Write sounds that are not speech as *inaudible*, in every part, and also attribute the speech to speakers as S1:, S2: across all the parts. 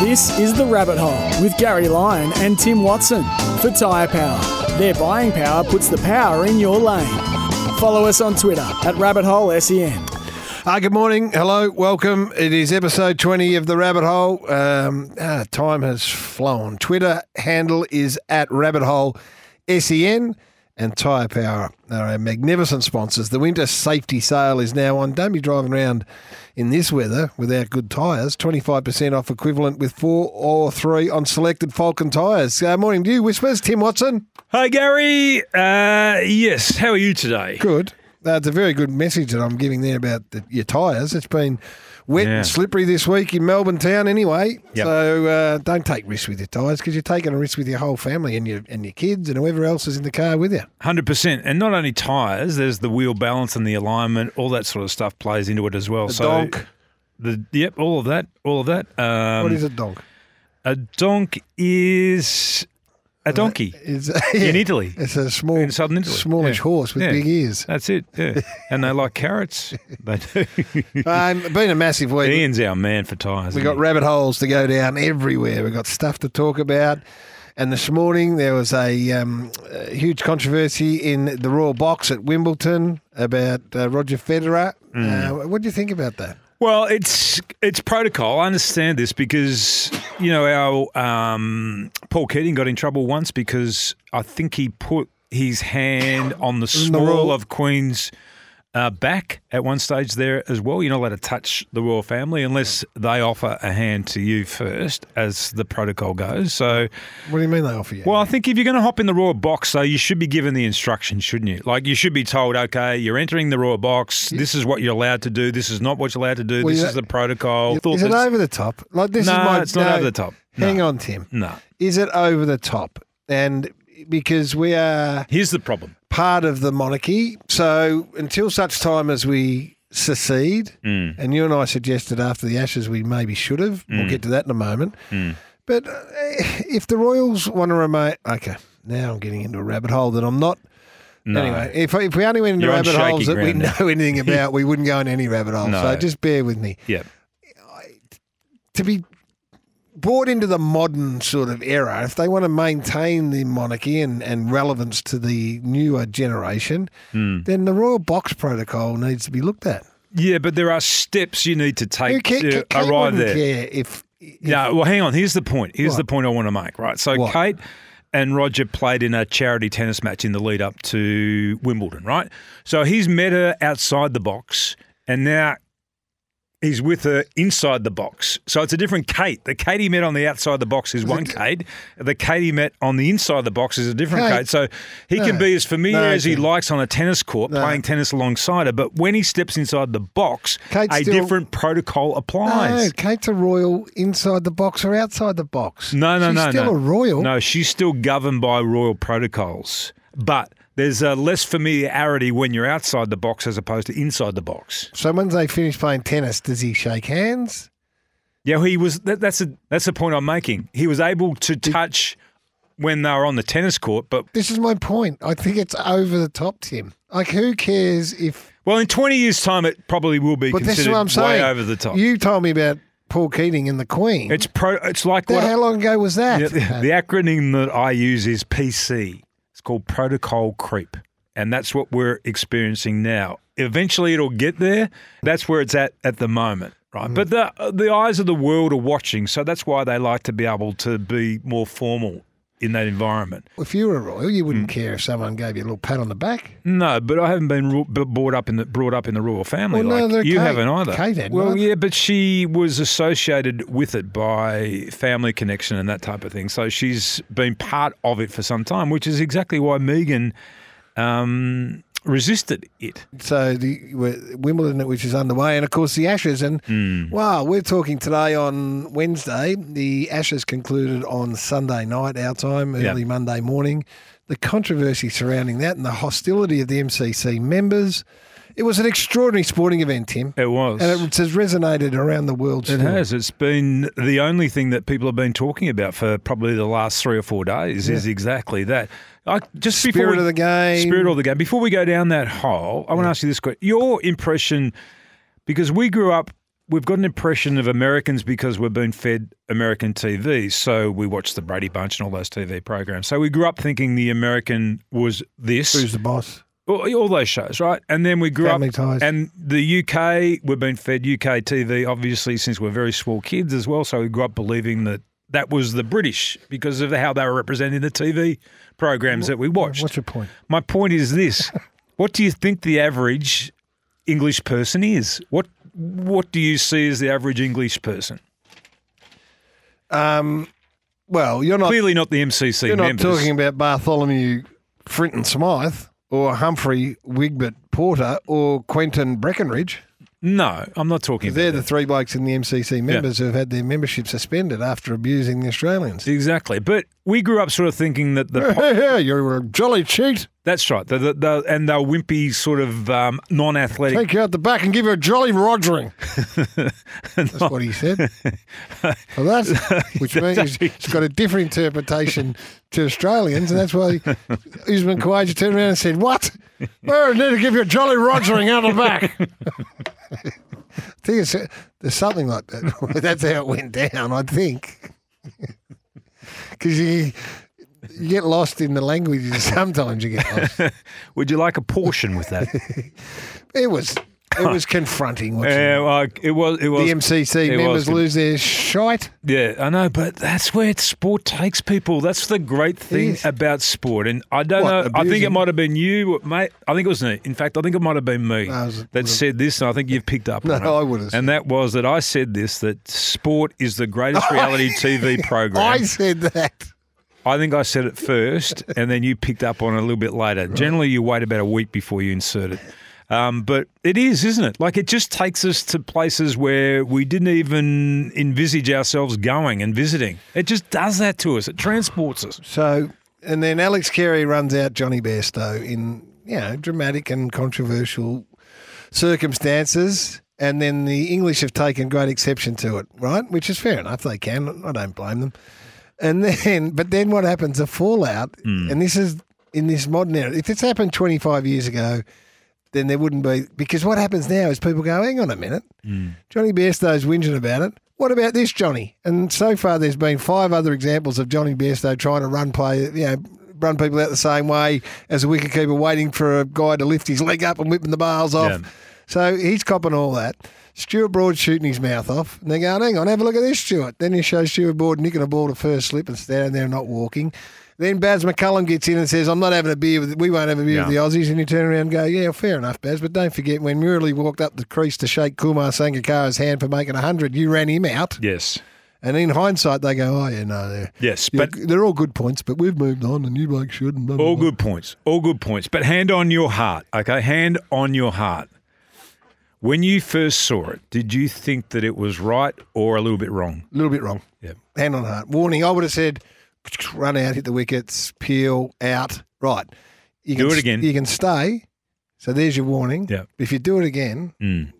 S1: This is The Rabbit Hole with Gary Lyon and Tim Watson for Tyre Power. Their buying power puts the power in your lane. Follow us on Twitter at Rabbit Hole E SEN.
S2: Ah, good morning. Hello. Welcome. It is episode 20 of The Rabbit Hole. Um, ah, time has flown. Twitter handle is at Rabbit Hole SEN and Tyre Power are our magnificent sponsors. The winter safety sale is now on. Don't be driving around in this weather without good tyres. 25% off equivalent with four or three on selected Falcon tyres. Uh, morning to you, Whispers. Tim Watson.
S3: Hi, Gary. Uh, yes, how are you today?
S2: Good. That's a very good message that I'm giving there about the, your tyres. It's been wet
S3: Yeah.
S2: and slippery this week in Melbourne town, anyway.
S3: Yep.
S2: So uh, don't take risks with your tyres because you're taking a risk with your whole family and your and your kids and whoever else is in the car with you.
S3: 100%. And not only tyres, there's the wheel balance and the alignment, all that sort of stuff plays into it as well.
S2: A
S3: so
S2: donk.
S3: The, yep, all of that. All of that. Um,
S2: what is a donk?
S3: A donk is a donkey
S2: It's, *laughs*
S3: in Italy.
S2: It's a small,
S3: In southern Italy.
S2: smallish
S3: Yeah.
S2: horse with
S3: Yeah.
S2: big
S3: *laughs*
S2: ears.
S3: That's it. Yeah. and they like carrots.
S2: *laughs*
S3: They do.
S2: Um, been a massive week.
S3: Ian's our man for tyres.
S2: We got rabbit holes to go down everywhere. We got stuff to talk about. And this morning there was a, um, a huge controversy in the Royal Box at Wimbledon about uh, Roger Federer.
S3: Hmm.
S2: Uh, what do you think about that?
S3: Well, it's it's protocol. I understand this because you know our um, Paul Keating got in trouble once because I think he put his hand on the small
S2: royal-
S3: of Queen's uh, back at one stage there as well. You're not allowed to touch the royal family unless they offer a hand to you first, as the protocol goes. So.
S2: What do you mean they offer you?
S3: Well, I think if you're going to hop in the raw box, though, you should be given the instructions, shouldn't you? Like, you should be told, okay, you're entering the raw box. This is what you're allowed to do. This is not what you're allowed to do.
S2: Well,
S3: this
S2: you-
S3: is the protocol. Thought
S2: is it
S3: this-
S2: over the top? Like this
S3: No,
S2: is my,
S3: it's not over the top. No.
S2: Hang on, Tim.
S3: No.
S2: Is it over the top? And because we are
S3: Here's the problem.
S2: part of the monarchy. So until such time as we secede,
S3: Hmm.
S2: and you and I suggested after the Ashes we maybe should have. We'll get to that in a moment.
S3: Hmm.
S2: But uh, if the Royals want to remain, okay, now I'm getting into a rabbit hole that I'm not. Anyway, if, if we only went into
S3: You're on
S2: rabbit
S3: shaky
S2: holes that we
S3: ground
S2: know
S3: now. *laughs*
S2: anything about, we wouldn't go in any rabbit hole.
S3: No.
S2: So just bear with me.
S3: Yeah.
S2: To be brought into the modern sort of era, if they want to maintain the monarchy and, and relevance to the newer generation,
S3: Hmm.
S2: then the royal box protocol needs to be looked at.
S3: Yeah, but there are steps you need to
S2: Who
S3: take
S2: ca-
S3: to
S2: ca- Kate
S3: arrive
S2: wouldn't
S3: there.
S2: care if, if
S3: No, well, hang on. Here's the point. Here's
S2: What?
S3: the point I want to make. Right. So
S2: What?
S3: Kate and Roger played in a charity tennis match in the lead up to Wimbledon. Right. So he's met her outside the box, and now he's with her inside the box. So it's a different Kate. The Kate he met on the outside the box is one Kate. The Kate he met on the inside the box is a different
S2: Kate.
S3: Kate. So he can
S2: No.
S3: be as familiar
S2: No,
S3: as he
S2: Tim.
S3: likes on a tennis court,
S2: No.
S3: playing tennis alongside her. But when he steps inside the box,
S2: Kate's
S3: a
S2: still-
S3: different protocol applies.
S2: No, Kate's a royal inside the box or outside the box.
S3: No, no,
S2: She's
S3: no,
S2: still
S3: no.
S2: a royal.
S3: No, she's still governed by royal protocols. But there's a less familiarity when you're outside the box as opposed to inside the box.
S2: So once they finish playing tennis, does he shake hands?
S3: Yeah, he was. That, that's a that's the point I'm making. He was able to touch when they were on the tennis court, but
S2: This is my point. I think it's over the top, Tim. Like, who cares if?
S3: well, in 20 years' time, it probably will be
S2: But this is
S3: considered
S2: what I'm saying.
S3: way over the top.
S2: You told me about Paul Keating and the Queen.
S3: it's pro. It's like
S2: Now,
S3: what
S2: how long ago was that? Uh,
S3: Yeah, the, the acronym that I use is PC. It's called protocol creep. And that's what we're experiencing now. Eventually it'll get there. That's where it's at at the moment, right? But the the eyes of the world are watching, so that's why they like to be able to be more formal in that environment.
S2: if you were a royal, you
S3: Mm.
S2: wouldn't care if someone gave you a little pat on the back.
S3: No, but I haven't been ru- b- brought up in the brought up in the royal family.
S2: Well, no,
S3: like
S2: they're
S3: you
S2: Kate-
S3: haven't either.
S2: Kate had,
S3: well,
S2: right?
S3: yeah, but she was associated with it by family connection and that type of thing. So she's been part of it for some time, which is exactly why Megan um, resisted it.
S2: So the w- Wimbledon, which is underway, and of course the Ashes. And
S3: Mm.
S2: wow, we're talking today on Wednesday. The Ashes concluded on Sunday night our time, early
S3: Yeah.
S2: Monday morning. The controversy surrounding that and the hostility of the MCC members. It was an extraordinary sporting event, Tim,
S3: It was.
S2: and it has resonated around the world.
S3: It
S2: still.
S3: has. It's been the only thing that people have been talking about for probably the last three or four days is exactly that. I, just before
S2: Spirit of the game.
S3: Spirit of the game. Before we go down that hole, I want to ask you this question: Your impression, because we grew up we've got an impression of Americans because we've been fed American TV. So we watch the Brady Bunch and all those TV programs. So we grew up thinking the American was this.
S2: Who's the boss?
S3: All, all those shows, right? And then we grew
S2: Family
S3: up.
S2: Ties.
S3: And the UK, we've been fed UK TV, obviously, since we're very small kids as well. So we grew up believing that that was the British because of how they were representing the TV programs that we watched.
S2: What's your point?
S3: My point is
S2: *laughs*
S3: this: What do you think the average English person is? What What do you see as the average English person?
S2: Um, well, you're not
S3: Clearly not the MCC
S2: you're
S3: members.
S2: not talking about Bartholomew Frinton Smythe or Humphrey Wigbert Porter or Quentin Breckenridge.
S3: no, I'm not talking.
S2: They're
S3: About
S2: the three blokes in the MCC members who have had their membership suspended after abusing the *laughs* Australians.
S3: that. Exactly, but we grew up sort of thinking
S2: *laughs*
S3: that the
S2: Hey, hey, you're a jolly cheat.
S3: that's right, the, the, the, and they're wimpy sort of um, non-athletic
S2: Take you out the back and give her a jolly *laughs* rogering. That's what he *laughs* said. Well, *laughs* that's, which means it's got a different interpretation to Australians, and that's why Usman Khawaja turned around and said, What? We're need to give you a jolly rogering out the back. *laughs* I think it's, there's something like that. *laughs* that's how it went down, I think. *laughs* Because you, you get lost in the language, and sometimes you get *laughs* lost.
S3: Would you like a portion
S2: *laughs*
S3: with that?
S2: It was. It was confronting. Wasn't it?
S3: yeah, well, Uh, it was. It was.
S2: the MCC
S3: it
S2: members
S3: was good.
S2: lose their shite.
S3: yeah, I know, but that's where sport takes people. That's the great thing
S2: Yes.
S3: about sport, and I don't
S2: What,
S3: know. I think
S2: abusing?
S3: it might have been you, mate. I think it was me. In fact, I think it might have been me
S2: No, it was-
S3: that said this, and I think you've picked
S2: *laughs*
S3: up.
S2: No,
S3: on it.
S2: I would've
S3: And that was that I said this that sport is
S2: *laughs*
S3: the greatest reality TV program.
S2: I said that.
S3: I think I said it *laughs* first, and then you picked up on it a little bit later. Generally, you wait about a week before you insert it. Um, but it is, isn't it? Like it just takes us to places where we didn't even envisage ourselves going and visiting. It just does that to us. It transports us.
S2: So, and then Alex Carey runs out Johnny Bairstow in you know dramatic and controversial circumstances, and then the English have taken great exception to it, right? Which is fair enough. They can. I don't blame them. And *laughs* then, but then what happens? The fallout,
S3: Hmm.
S2: and this is in this modern era. If this happened 25 years ago, then there wouldn't be because what happens now is people go, hang on a minute,
S3: Mm.
S2: Johnny Bairstow's whinging about it. What about this Johnny? And so far, there's been five other examples of Johnny Bairstow trying to run play, you know, run people out the same way as a wicketkeeper waiting for a guy to lift his leg up and whipping the bars off.
S3: Yeah.
S2: So he's copping all that. Stuart Broad shooting his mouth off, and they're going, hang on, have a look at this, Stuart. Then you show Stuart Broad nicking a ball to first slip and standing there not walking. Then Baz McCullum gets in and says, I'm not having a beer with, we won't have a beer with the
S3: Yeah.
S2: Aussies. And you turn around and go, yeah, fair enough, Baz, but don't forget when Murali walked up the crease to shake Kumar Sangakkara's hand for making 100, you ran him out.
S3: Yes.
S2: And in hindsight, they go, oh, yeah, no, they're,
S3: Yes.
S2: you're-
S3: But
S2: they're all good points, but we've moved on and you bloke should. And blah, blah,
S3: all
S2: blah."
S3: good points. All good points. But hand on your heart. Okay. Hand on your heart. When you first saw it, did you think that it was right or a little bit wrong?
S2: A little bit wrong.
S3: Yeah.
S2: Hand on heart. Warning, I would have said run out, hit the wickets, peel out. Right. You
S3: Do
S2: can,
S3: it again.
S2: You can stay. So there's your warning.
S3: Yeah. Mm.
S2: If you do it again,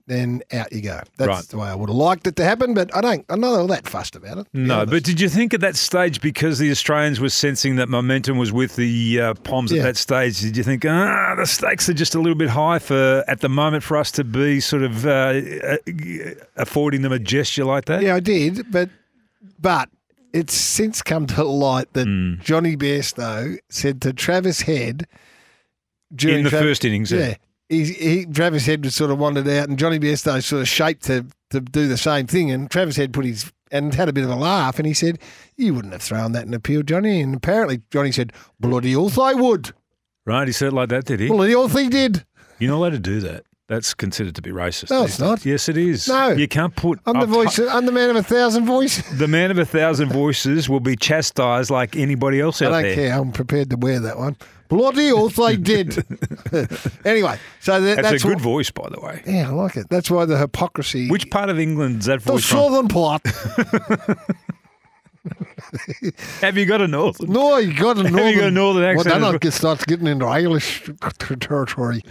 S2: then out you go. That's
S3: Right.
S2: the way I would have liked it to happen, but I don't I'm not all that fussed about it. to be
S3: No,
S2: honest.
S3: but did you think at that stage, because the Australians were sensing that momentum was with the uh, Poms
S2: Yeah.
S3: at that stage, did you think, ah, the stakes are just a little bit high for at the moment for us to be sort of uh, uh, affording them a gesture like that?
S2: Yeah, I did, but but it's since come to light that
S3: Hmm.
S2: Johnny Bairstow said to Travis Head during
S3: In the
S2: Tra-
S3: first innings, yeah.
S2: Yeah, he, he, Travis Head was sort of wandered out, and Johnny Bairstow sort of shaped to to do the same thing, and Travis Head put his and had a bit of a laugh, and he said, "You wouldn't have thrown that in appeal, Johnny." And apparently, Johnny said, "Bloody oath I would."
S3: Right? He said it like that, did he?
S2: Bloody oath he did.
S3: You're not allowed to do that. That's considered to be racist.
S2: No,
S3: these
S2: it's not.
S3: days. Yes, it is.
S2: No.
S3: You can't put.
S2: I'm the
S3: I've t-
S2: voice. I'm the man of a thousand voices.
S3: *laughs* the man of a thousand voices will be chastised like anybody else out
S2: I don't
S3: there.
S2: care. I'm prepared to wear that one. Bloody oath they did.
S3: *laughs*
S2: anyway, so that,
S3: That's,
S2: that's,
S3: a good
S2: wh-
S3: voice, by the way.
S2: Yeah, I like it. That's why the hypocrisy.
S3: Which part of England's that
S2: the
S3: voice from?
S2: southern part?
S3: Have you got a northern?
S2: No, you got
S3: *laughs*
S2: a northern.
S3: you got a northern accent
S2: Well,
S3: as
S2: then
S3: well?
S2: it gets- starts getting into Irish ter-
S3: *laughs*
S2: territory.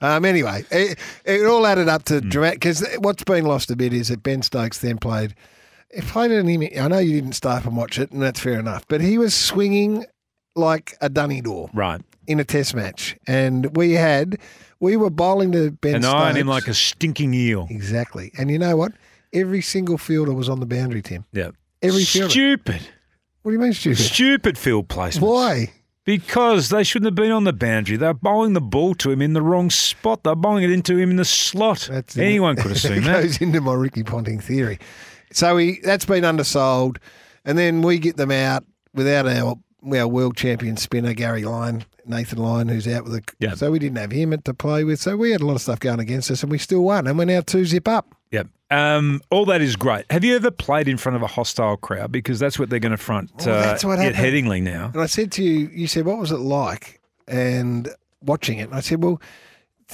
S2: um, anyway, it, it all added up
S3: Hmm.
S2: to dramatic. Because what's been lost a bit is that Ben Stokes then played. He played an image. I know you didn't stay up and watch it, and that's fair enough. But he was swinging like a dunny door.
S3: Right.
S2: in a test match, and we had we were bowling to Ben.
S3: and
S2: Stokes.
S3: iron him like a stinking eel.
S2: exactly. And you know what? Every single fielder was on the boundary, Tim.
S3: Yeah.
S2: Every fielder.
S3: Stupid,
S2: What do you mean stupid?
S3: stupid field placements.
S2: Why?
S3: Because they shouldn't have been on the boundary. They're bowling the ball to him in the wrong spot. They're bowling it into him in the slot.
S2: That's- *laughs*
S3: Anyone could have seen
S2: It
S3: that.
S2: goes into my Ricky Ponting theory. So he that's been undersold, and then we get them out without our our world champion spinner Gary Lyon, Nathan Lyon, who's out with a.
S3: Yeah.
S2: So we didn't have him to play with. So we had a lot of stuff going against us, and we still won, and we're now two zip up.
S3: Yep. Um, all that is great. Have you ever played in front of a hostile crowd? Because that's what they're going to front uh,
S2: Well, that's what
S3: at
S2: happened.
S3: Headingley now.
S2: And I said to you, you said, what was it like? And watching it, and I said, well,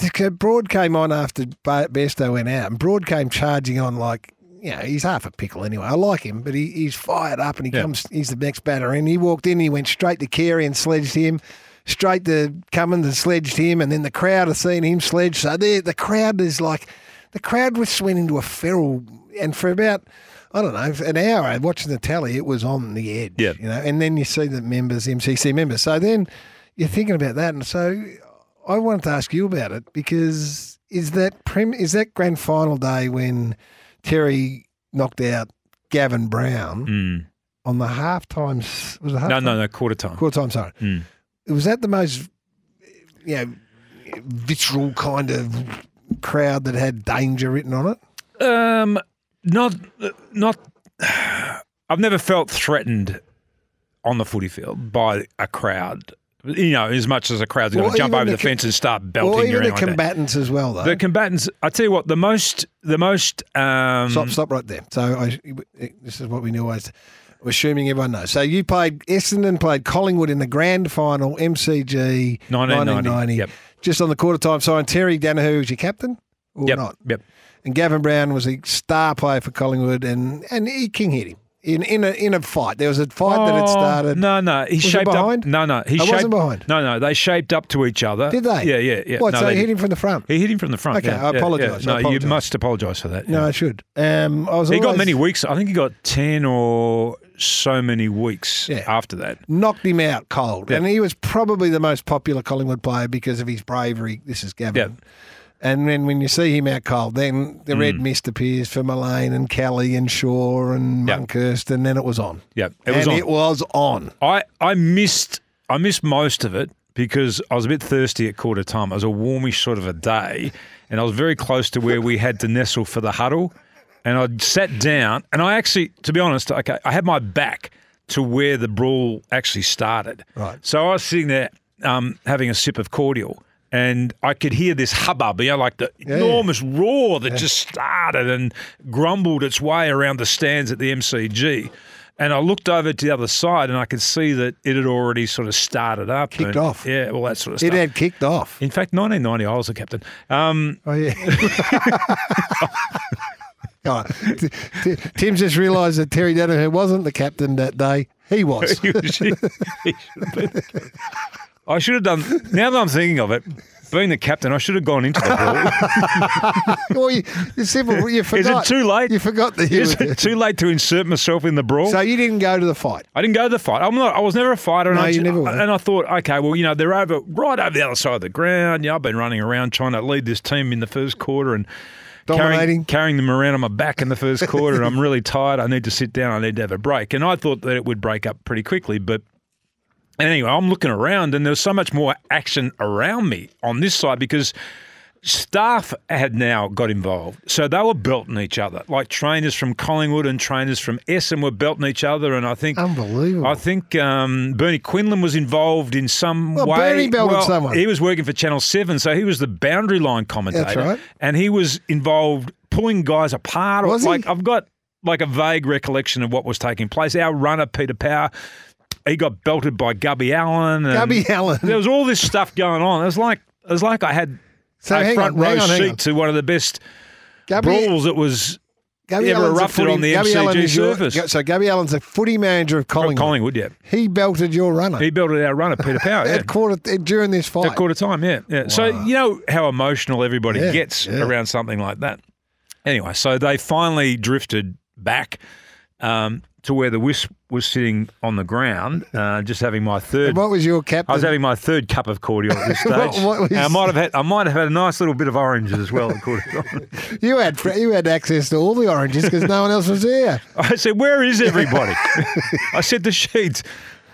S2: the- Broad came on after Ba- Besto went out, and Broad came charging on like, you know, he's half a pickle anyway. I like him, but he, he's fired up and he
S3: Yeah.
S2: comes, he's the next batter. And he walked in, he went straight to Carey and sledged him, straight to Cummins and sledged him, and then the crowd are seeing him sledge. So there, the crowd is like, the crowd was went into a feral, and for about, I don't know, an hour watching the tally, it was on the edge
S3: Yeah.
S2: you know, and then you see the members, MCC members. So then you're thinking about that, and so I wanted to ask you about it because is that prem is that grand final day when Terry knocked out Gavin Brown
S3: Mm.
S2: on the half time was it half
S3: No, no, no, quarter time.
S2: quarter time sorry
S3: Mm.
S2: was that the most you know visceral kind of crowd that had danger written on it
S3: Um, not, not. I've never felt threatened on the footy field by a crowd. You know, as much as a crowd's going
S2: Or
S3: to jump
S2: even the
S3: over the
S2: com-
S3: fence and start belting
S2: or
S3: you or
S2: even the
S3: anything like that.
S2: combatants as well though
S3: The combatants. I tell you what, the most, the most. Um,
S2: Stop, stop right there. So I, this is what we knew always, assuming everyone knows. So you played Essendon, played Collingwood in the grand final, MCG
S3: 1990.
S2: 1990,
S3: Yep.
S2: just on the quarter time sign. Terry Danaher was your captain or
S3: Yep.
S2: not?
S3: Yep.
S2: And Gavin Brown was a star player for Collingwood, and, and he king hit him in, in a in a fight. There was a fight that had
S3: Oh,
S2: started.
S3: No, no, he
S2: it
S3: shaped
S2: behind?
S3: up. No, no, he
S2: It wasn't
S3: shaped-
S2: behind.
S3: No, no, they shaped up to each other.
S2: Did they?
S3: Yeah, yeah, yeah.
S2: What?
S3: No,
S2: so
S3: they
S2: he hit
S3: did.
S2: him from the front.
S3: He hit him from the front.
S2: Okay,
S3: yeah,
S2: I
S3: yeah,
S2: apologise,
S3: yeah.
S2: I
S3: No, you
S2: apologise.
S3: must apologise for that.
S2: No,
S3: yeah.
S2: I should. Um, I was.
S3: he got
S2: always-
S3: many weeks. I think he got ten or so many weeks
S2: Yeah.
S3: after that.
S2: knocked him out cold. And he was probably the most popular Collingwood player because of his bravery. This is Gavin.
S3: Yeah. Mm.
S2: And then when you see him out cold, then the red mist appears for Mullane and Kelly and Shaw and
S3: Yeah.
S2: Monkhurst, and then it was on.
S3: Yeah, it was
S2: and
S3: on.
S2: it was on.
S3: I, I missed I missed most of it because I was a bit thirsty at quarter time. It was a warmish sort of a day, and I was very close to where we had to nestle for the huddle. And I sat down, and I actually, to be honest, okay, I had my back to where the brawl actually started.
S2: Right.
S3: So I was sitting there um, having a sip of cordial, and I could hear this hubbub, you know, like the enormous roar that just started and grumbled its way around the stands at the MCG. And I looked over to the other side, and I could see that it had already sort of started up,
S2: Kicked
S3: and-
S2: off.
S3: Yeah, all that sort of
S2: It
S3: stuff.
S2: had kicked off.
S3: In fact, 1990, I was the captain. Um, *laughs*
S2: Oh, yeah. *laughs* All right. T- T- Tim just realised that Terry Danaher wasn't the captain that day. He
S3: *laughs*
S2: was.
S3: you should- you should have been- I should have done. Now that I'm thinking of it, being the captain, I should have gone into the ball.
S2: well, you, you simple, you
S3: Is
S2: forgot.
S3: it too late?
S2: You forgot that *laughs* you
S3: Is
S2: were there.
S3: it too late to insert myself in the brawl?
S2: So you didn't go to the fight.
S3: I didn't go to the fight. I'm not. I was never a fighter. And
S2: No,
S3: I
S2: you never were.
S3: And I thought, okay, well, you know, they're over right over the other side of the ground. Yeah, I've been running around trying to lead this team in the first quarter and
S2: Dominating.
S3: carrying, carrying them around on my back in the first quarter. and I'm really
S2: *laughs*
S3: tired. I need to sit down. I need to have a break. And I thought that it would break up pretty quickly, but. And anyway, I'm looking around, and there was so much more action around me on this side because staff had now got involved. So they were belting each other, like trainers from Collingwood and trainers from Essen were belting each other. And I think
S2: Oh, Unbelievable.
S3: I think um, Bernie Quinlan was involved in some
S2: Well,
S3: way.
S2: Bernie belted someone.
S3: He was working for Channel 7, so he was the boundary line commentator.
S2: right.
S3: And he was involved pulling guys apart.
S2: Was he?
S3: like I've got like a vague recollection of what was taking place. Our runner, Peter Power, he got belted by Gubby Allen. and
S2: Gubby Allen.
S3: *laughs* There was all this stuff going on. It was like it was like I had
S2: So
S3: a
S2: hang
S3: front
S2: on,
S3: row
S2: hang on, hang
S3: seat
S2: on.
S3: to one of the best
S2: Gabby,
S3: brawls that was
S2: Gabby
S3: ever
S2: Allen's a
S3: erupted on the
S2: Gabby
S3: MCG
S2: Allen is your-
S3: surface.
S2: Ga- so Gabby Allen's a footy manager of Collingwood.
S3: Collingwood, yeah.
S2: He belted your runner
S3: He belted our runner,
S2: *laughs*
S3: Peter Power. yeah.
S2: at quarter uh, during this fight.
S3: At quarter time, yeah. yeah. So you know how emotional everybody
S2: Yeah,
S3: gets
S2: yeah.
S3: around something like that. Anyway, so they finally drifted back. Um, to where the wisp was sitting on the ground, uh, just having my third.
S2: What was your captain?
S3: I was having my third cup of cordial at this stage.
S2: *laughs* What- what was-
S3: and I might have had I might have had a nice little bit of oranges as well. at cordial.
S2: *laughs* you had fr- you had access to all the oranges because no one else was there.
S3: *laughs* I said, "Where is everybody?" *laughs* I said, "The sheets."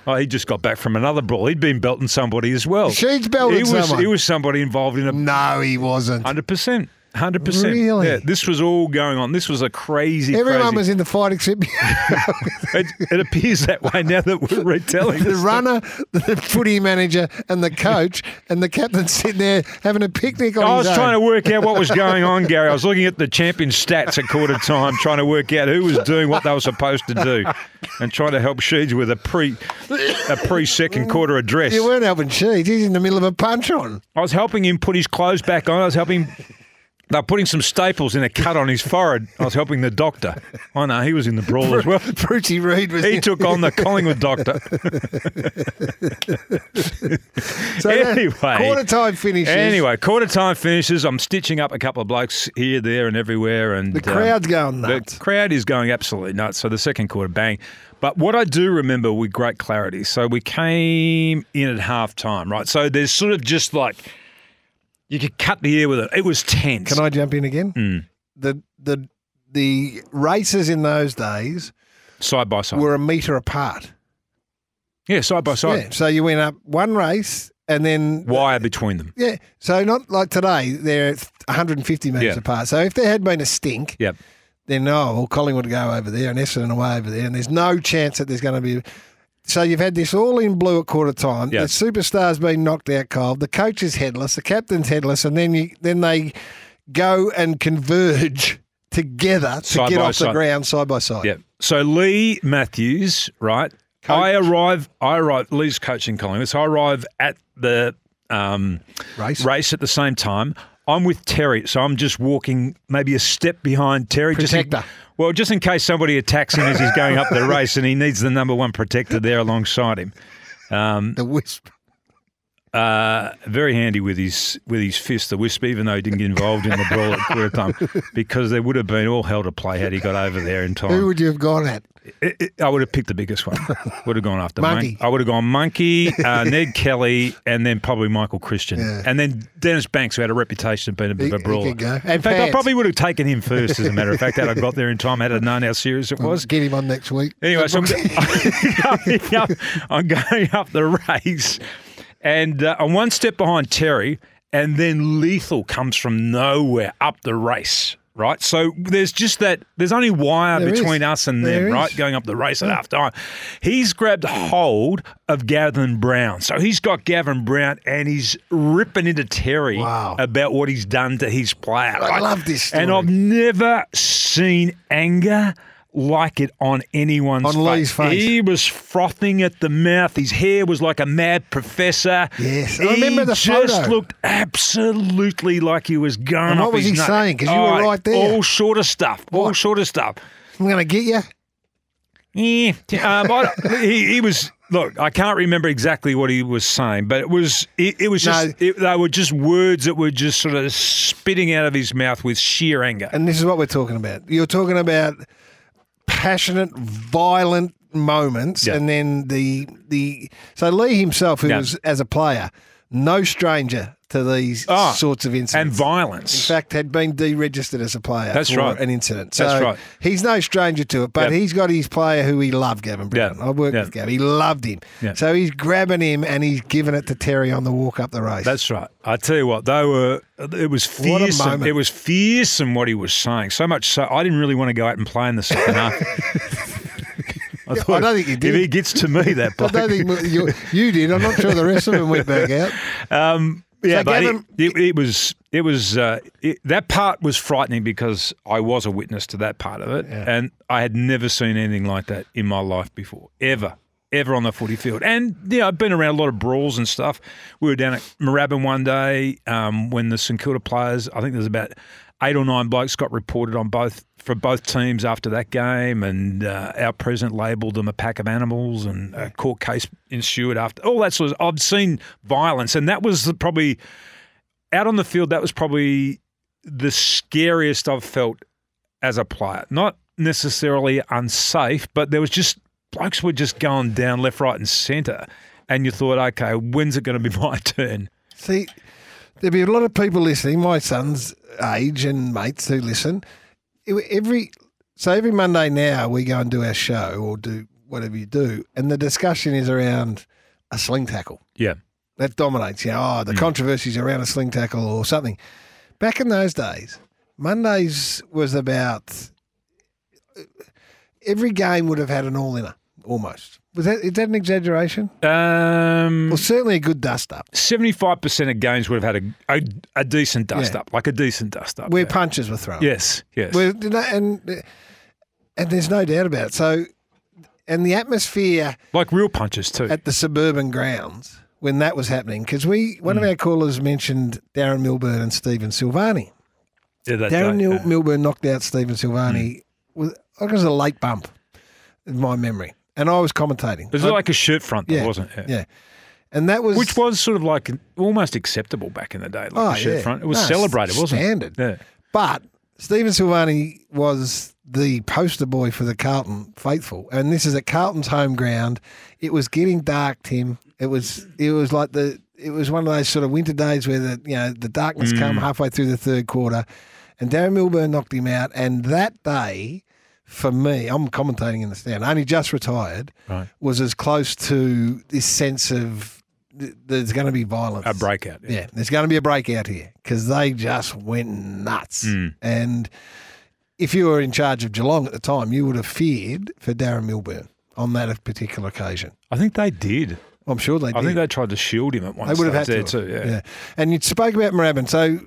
S3: Oh, he just got back from another brawl. He'd been belting somebody as well.
S2: Sheeds belted
S3: he was,
S2: someone.
S3: He was somebody involved in a
S2: No, he wasn't.
S3: hundred percent, hundred percent.
S2: Really?
S3: Yeah, this was all going on. This was a crazy.
S2: Everyone
S3: crazy-
S2: was in the fight except *laughs*
S3: *laughs* It, it appears that way now that we're retelling
S2: *laughs* the
S3: this.
S2: runner, the footy manager, and the coach, and the captain sitting there having a picnic on
S3: I
S2: his
S3: was
S2: own.
S3: trying to work out what was going on, Gary. I was looking at the champion stats at quarter time, trying to work out who was doing what they were supposed to do, and trying to help Sheeds with a pre a pre second quarter address.
S2: You weren't helping Sheets. He's in the middle of a punch on.
S3: I was helping him put his clothes back on. I was helping. They were putting some staples in a cut on his forehead. I was helping the doctor. I know he was in the
S2: *laughs*
S3: brawl as well.
S2: Brucey Reed was.
S3: He
S2: in-
S3: took on the Collingwood doctor.
S2: so that-
S3: anyway.
S2: quarter time finishes.
S3: Anyway, quarter time finishes. I'm stitching up a couple of blokes here, there, and everywhere, and um,
S2: The crowd's going nuts.
S3: The crowd is going absolutely nuts. So the second quarter, bang. But what I do remember with great clarity. So we came in at half time, right? So there's sort of just like you could cut the air with it. It was tense.
S2: Can I jump in again?
S3: Hmm.
S2: The the the races in those days
S3: side by side?
S2: were a metre apart.
S3: yeah, side by side.
S2: Yeah, so you went up one race and then
S3: Wire between them.
S2: Yeah, so not like today. They're 150 metres
S3: Yeah.
S2: apart. So if there had been a stink,
S3: Yep.
S2: then oh well, Collingwood would go over there and Essendon away over there, and there's no chance that there's going to be. So you've had this all in blue at quarter time.
S3: Yeah.
S2: The superstars being knocked out cold. The coach is headless. The captain's headless, and then you then they go and converge together to
S3: Side
S2: get
S3: by
S2: off the
S3: side.
S2: ground side by side.
S3: Yeah. So Lee Matthews, right? I arrive. I arrive. Lee's coaching Collingwood. So I arrive at the um,
S2: Race.
S3: race at the same time. I'm with Terry, so I'm just walking maybe a step behind Terry. Just
S2: Protector.
S3: in, well, just in case somebody attacks him as he's going up the race, and he needs the number one protector there alongside him.
S2: The wisp.
S3: Uh, very handy with his with his fist, the wisp, even though he didn't get involved in the brawl at quarter time, because there would have been all hell to play had he got over there in time.
S2: Who would you have gone at?
S3: It, it- I would have picked the
S2: *laughs*
S3: biggest one. Would have gone after
S2: Monkey.
S3: Monk- I would have gone Monkey,
S2: *laughs*
S3: uh, Ned Kelly, and then probably Michael Christian,
S2: Yeah.
S3: and then Dennis Banks, who had a reputation of being a bit
S2: He-
S3: of a
S2: he
S3: brawler.
S2: could go. And
S3: in fact, I
S2: Pants.
S3: probably would have taken him first. As a matter of
S2: *laughs*
S3: fact, had I got there in time, had I known how serious it was.
S2: Get him on next week.
S3: Anyway, so I'm, *laughs* going up, I'm going up the race, and uh, I'm one step behind Terry, and then Lethal comes from nowhere up the race. Right, so there's just that. There's only wire
S2: There is.
S3: between us and them,
S2: There is.
S3: right? Going up the race at half time, he's grabbed hold of Gavin Brown. So he's got Gavin Brown, and he's ripping into Terry
S2: Wow.
S3: about what he's done to his player. I
S2: love this
S3: and
S2: story.
S3: I've never seen anger like it on anyone's
S2: On Lee's face.
S3: He was frothing at the mouth. His hair was like a mad professor.
S2: Yes, I
S3: he
S2: remember the
S3: just
S2: photo.
S3: looked absolutely like he was going.
S2: And what
S3: up
S2: was
S3: his
S2: he
S3: nut.
S2: saying? 'Cause you were
S3: Oh,
S2: right there.
S3: All sort of stuff. All
S2: What?
S3: sort of stuff.
S2: I'm going to get you.
S3: Yeah. Um, I, *laughs* he, he was. Look, I can't remember exactly what he was saying, but it was it, it was just
S2: No.
S3: it, they were just words that were just sort of spitting out of his mouth with sheer anger.
S2: And this is what we're talking about. You're talking about passionate, violent moments,
S3: Yeah.
S2: and then the the so Lee himself, who
S3: Yeah.
S2: was as a player, no stranger to these
S3: Ah,
S2: sorts of incidents.
S3: and violence.
S2: in fact, had been deregistered as a player
S3: That's
S2: for
S3: right.
S2: an incident. So
S3: That's right.
S2: He's no stranger to it, but
S3: Yeah.
S2: he's got his player who he loved, Gavin Brown.
S3: Yeah.
S2: I worked
S3: Yeah.
S2: with Gavin. He loved him.
S3: Yeah.
S2: So he's grabbing him and he's giving it to Terry on the walk up the race.
S3: That's right. I tell you what, they were. It was
S2: What a
S3: fearsome.
S2: moment.
S3: It was fearsome what he was saying. So much so, I didn't really want to go out and play in the second half. I,
S2: *laughs*
S3: thought
S2: I don't think you did.
S3: If he gets to me, that
S2: *laughs* I
S3: bloke.
S2: don't think you, you did. I'm not sure the rest of them went back out.
S3: Um, yeah,
S2: So
S3: but
S2: Gavin-
S3: it, it, it was it was uh, it, that part was frightening because I was a witness to that part of it, and I had never seen anything like that in my life before, ever, ever on the footy field. And you know, I've been around a lot of brawls and stuff. We were down at Moorabbin one day um, when the St Kilda players, I think there's about eight or nine blokes got reported on both for both teams after that game, and uh, our president labelled them a pack of animals, and a court case ensued after all that sort of. I've seen violence, and that was the, probably out on the field. That was probably the scariest I've felt as a player. Not necessarily unsafe, but there was just blokes were just going down left, right, and centre. And you thought, okay, when's it going to be *laughs* my turn?
S2: See, there'd be a lot of people listening, my son's age and mates who listen. E- Every so every Monday now we go and do our show or do whatever you do, and the discussion is around a sling tackle.
S3: Yeah.
S2: That dominates, you know, oh,
S3: Mm.
S2: the controversies around a sling tackle or something. Back in those days, Mondays was about every game would have had an all inner almost. Was that is that an exaggeration?
S3: Um,
S2: Well, certainly a good dust up.
S3: 75% of games would have had a, a, a decent dust
S2: Yeah.
S3: up, like a decent dust up.
S2: Where
S3: yeah.
S2: punches were thrown.
S3: Yes, yes.
S2: Well, you know, and and there's no doubt about it. So, and the atmosphere
S3: like real punches, too.
S2: at the suburban grounds when that was happening, because we one
S3: Mm.
S2: of our callers mentioned Darren Milburn and Stephen Silvani.
S3: yeah, that
S2: Darren
S3: day,
S2: Mil-
S3: yeah. Mm.
S2: Milburn knocked out Stephen Silvani with I think it was a late bump, in my memory, and I was commentating.
S3: It was
S2: I-
S3: like a shirt front, though,
S2: Yeah,
S3: wasn't it?
S2: yeah, and that was
S3: Which was sort of like almost acceptable back in the day, like
S2: Oh,
S3: a shirt
S2: yeah.
S3: front. It was
S2: No,
S3: celebrated, wasn't
S2: standard.
S3: it? Yeah.
S2: But Stephen Silvani was the poster boy for the Carlton faithful, and this is at Carlton's home ground. It was getting dark, Tim. It was it was like the it was one of those sort of winter days where the you know the darkness
S3: Mm.
S2: come halfway through the third quarter, and Darren Milburn knocked him out. And that day, for me, I'm commentating in the stand, only just retired,
S3: Right.
S2: was as close to this sense of th- there's going to be violence.
S3: A breakout.
S2: Yeah, there's going to be a breakout here because they just went nuts.
S3: Hmm.
S2: And if you were in charge of Geelong at the time, you would have feared for Darren Milburn on that particular occasion.
S3: I think they did.
S2: I'm sure they did.
S3: I think they tried to shield him at one
S2: They would have had
S3: stage
S2: to.
S3: there, too. Yeah.
S2: And you spoke about Moorabbin. So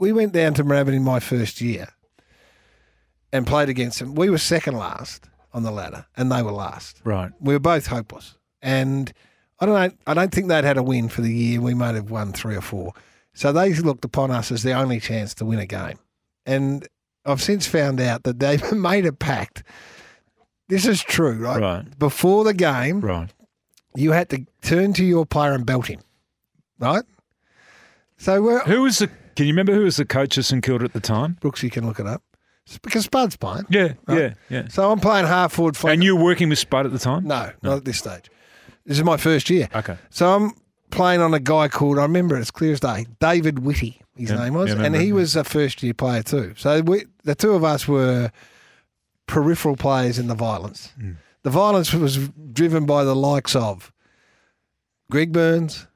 S2: we went down to Moorabbin in my first year and played against them. We were second last on the ladder, and they were last.
S3: Right.
S2: We were both hopeless, and I don't know. I don't think they'd had a win for the year. We might have won three or four. So they looked upon us as their only chance to win a game, and I've since found out that they *laughs* made a pact. This is true, right?
S3: Right.
S2: Before the game,
S3: Right.
S2: you had to turn to your player and belt him, right? So we're
S3: Who was the? Can you remember who was the coach of St Kilda at the time?
S2: Brooks. You can look it up It's because Spud's playing.
S3: Yeah,
S2: Right.
S3: yeah, yeah.
S2: So I'm playing half forward. flank.
S3: And you were working with Spud at the time?
S2: No, not at this stage. This is my first year.
S3: Okay.
S2: So I'm playing on a guy called, I remember it as clear as day, David Whitty, his
S3: Yeah,
S2: name was.
S3: yeah, I
S2: and
S3: remember
S2: he
S3: him,
S2: was a first year player too. So we, the two of us were peripheral players in the violence.
S3: Hmm.
S2: The violence was driven by the likes of Greg Burns,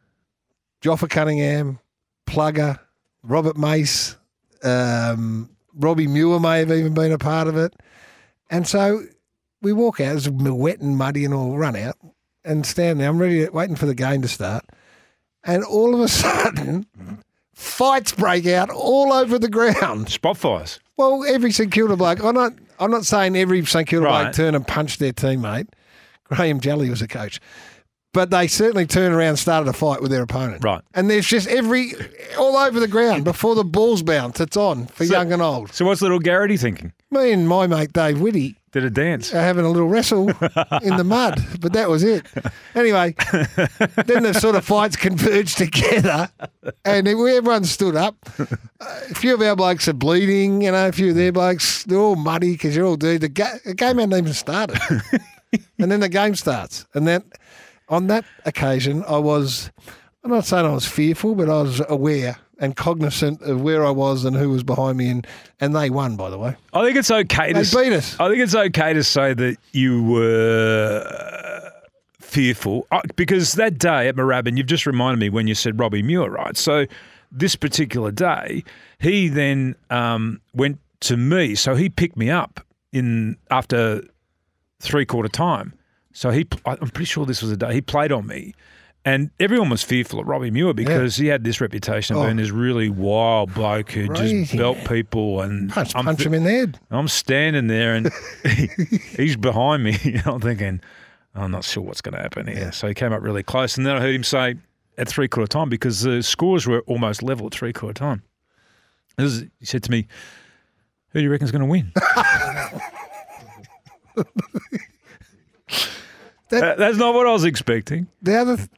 S2: Joffa Cunningham, Plugger, Robert Mace, um, Robbie Muir may have even been a part of it. And so we walk out, it's wet and muddy and all, run out and stand there. I'm ready, waiting for the game to start. And all of a *laughs* sudden, fights break out all over the ground.
S3: Spot fires.
S2: Well, every St Kilda bloke, I'm not, I'm not saying every St Kilda
S3: Right.
S2: bloke turn and punch their teammate. Graham Jelly was a coach. But they certainly turned around and started a fight with their opponent.
S3: Right.
S2: And there's just every, all over the ground before the ball's bounce, it's on for
S3: So-
S2: young and old.
S3: So what's little Garrity thinking?
S2: Me and my mate Dave Whitty
S3: Did a dance?
S2: are uh, having a little wrestle in the mud, but that was it. Anyway, then the sort of fights converged together, and it- everyone stood up. A few of our blokes are bleeding, you know, a few of their blokes, they're all muddy because you're all dude. The, ga- the game hadn't even started. and then the game starts. And then on that occasion, I was, I'm not saying I was fearful, but I was aware and cognizant of where I was and who was behind me. And, and they won, by the way.
S3: I think it's okay to
S2: They
S3: s-
S2: beat us.
S3: I think it's okay to say that you were fearful Uh, because that day at Moorabbin, you've just reminded me when you said Robbie Muir, right? So this particular day, he then um, went to me, so he picked me up in after three quarter time. So he, I- I'm pretty sure this was the day he played on me. And everyone was fearful of Robbie Muir because he had this reputation of
S2: Oh.
S3: being this really wild bloke who just
S2: Crazy.
S3: belt people and
S2: Punch,
S3: I'm
S2: punch
S3: thi-
S2: him in the head.
S3: I'm standing there and *laughs* he's behind me. *laughs* I'm thinking, I'm not sure what's going to happen here. So he came up really close. And then I heard him say at three quarter time, because the scores were almost level at three quarter time. This is- he said to me, Who do you reckon's going to win? *laughs* That- that's not what I was expecting.
S2: The other, th-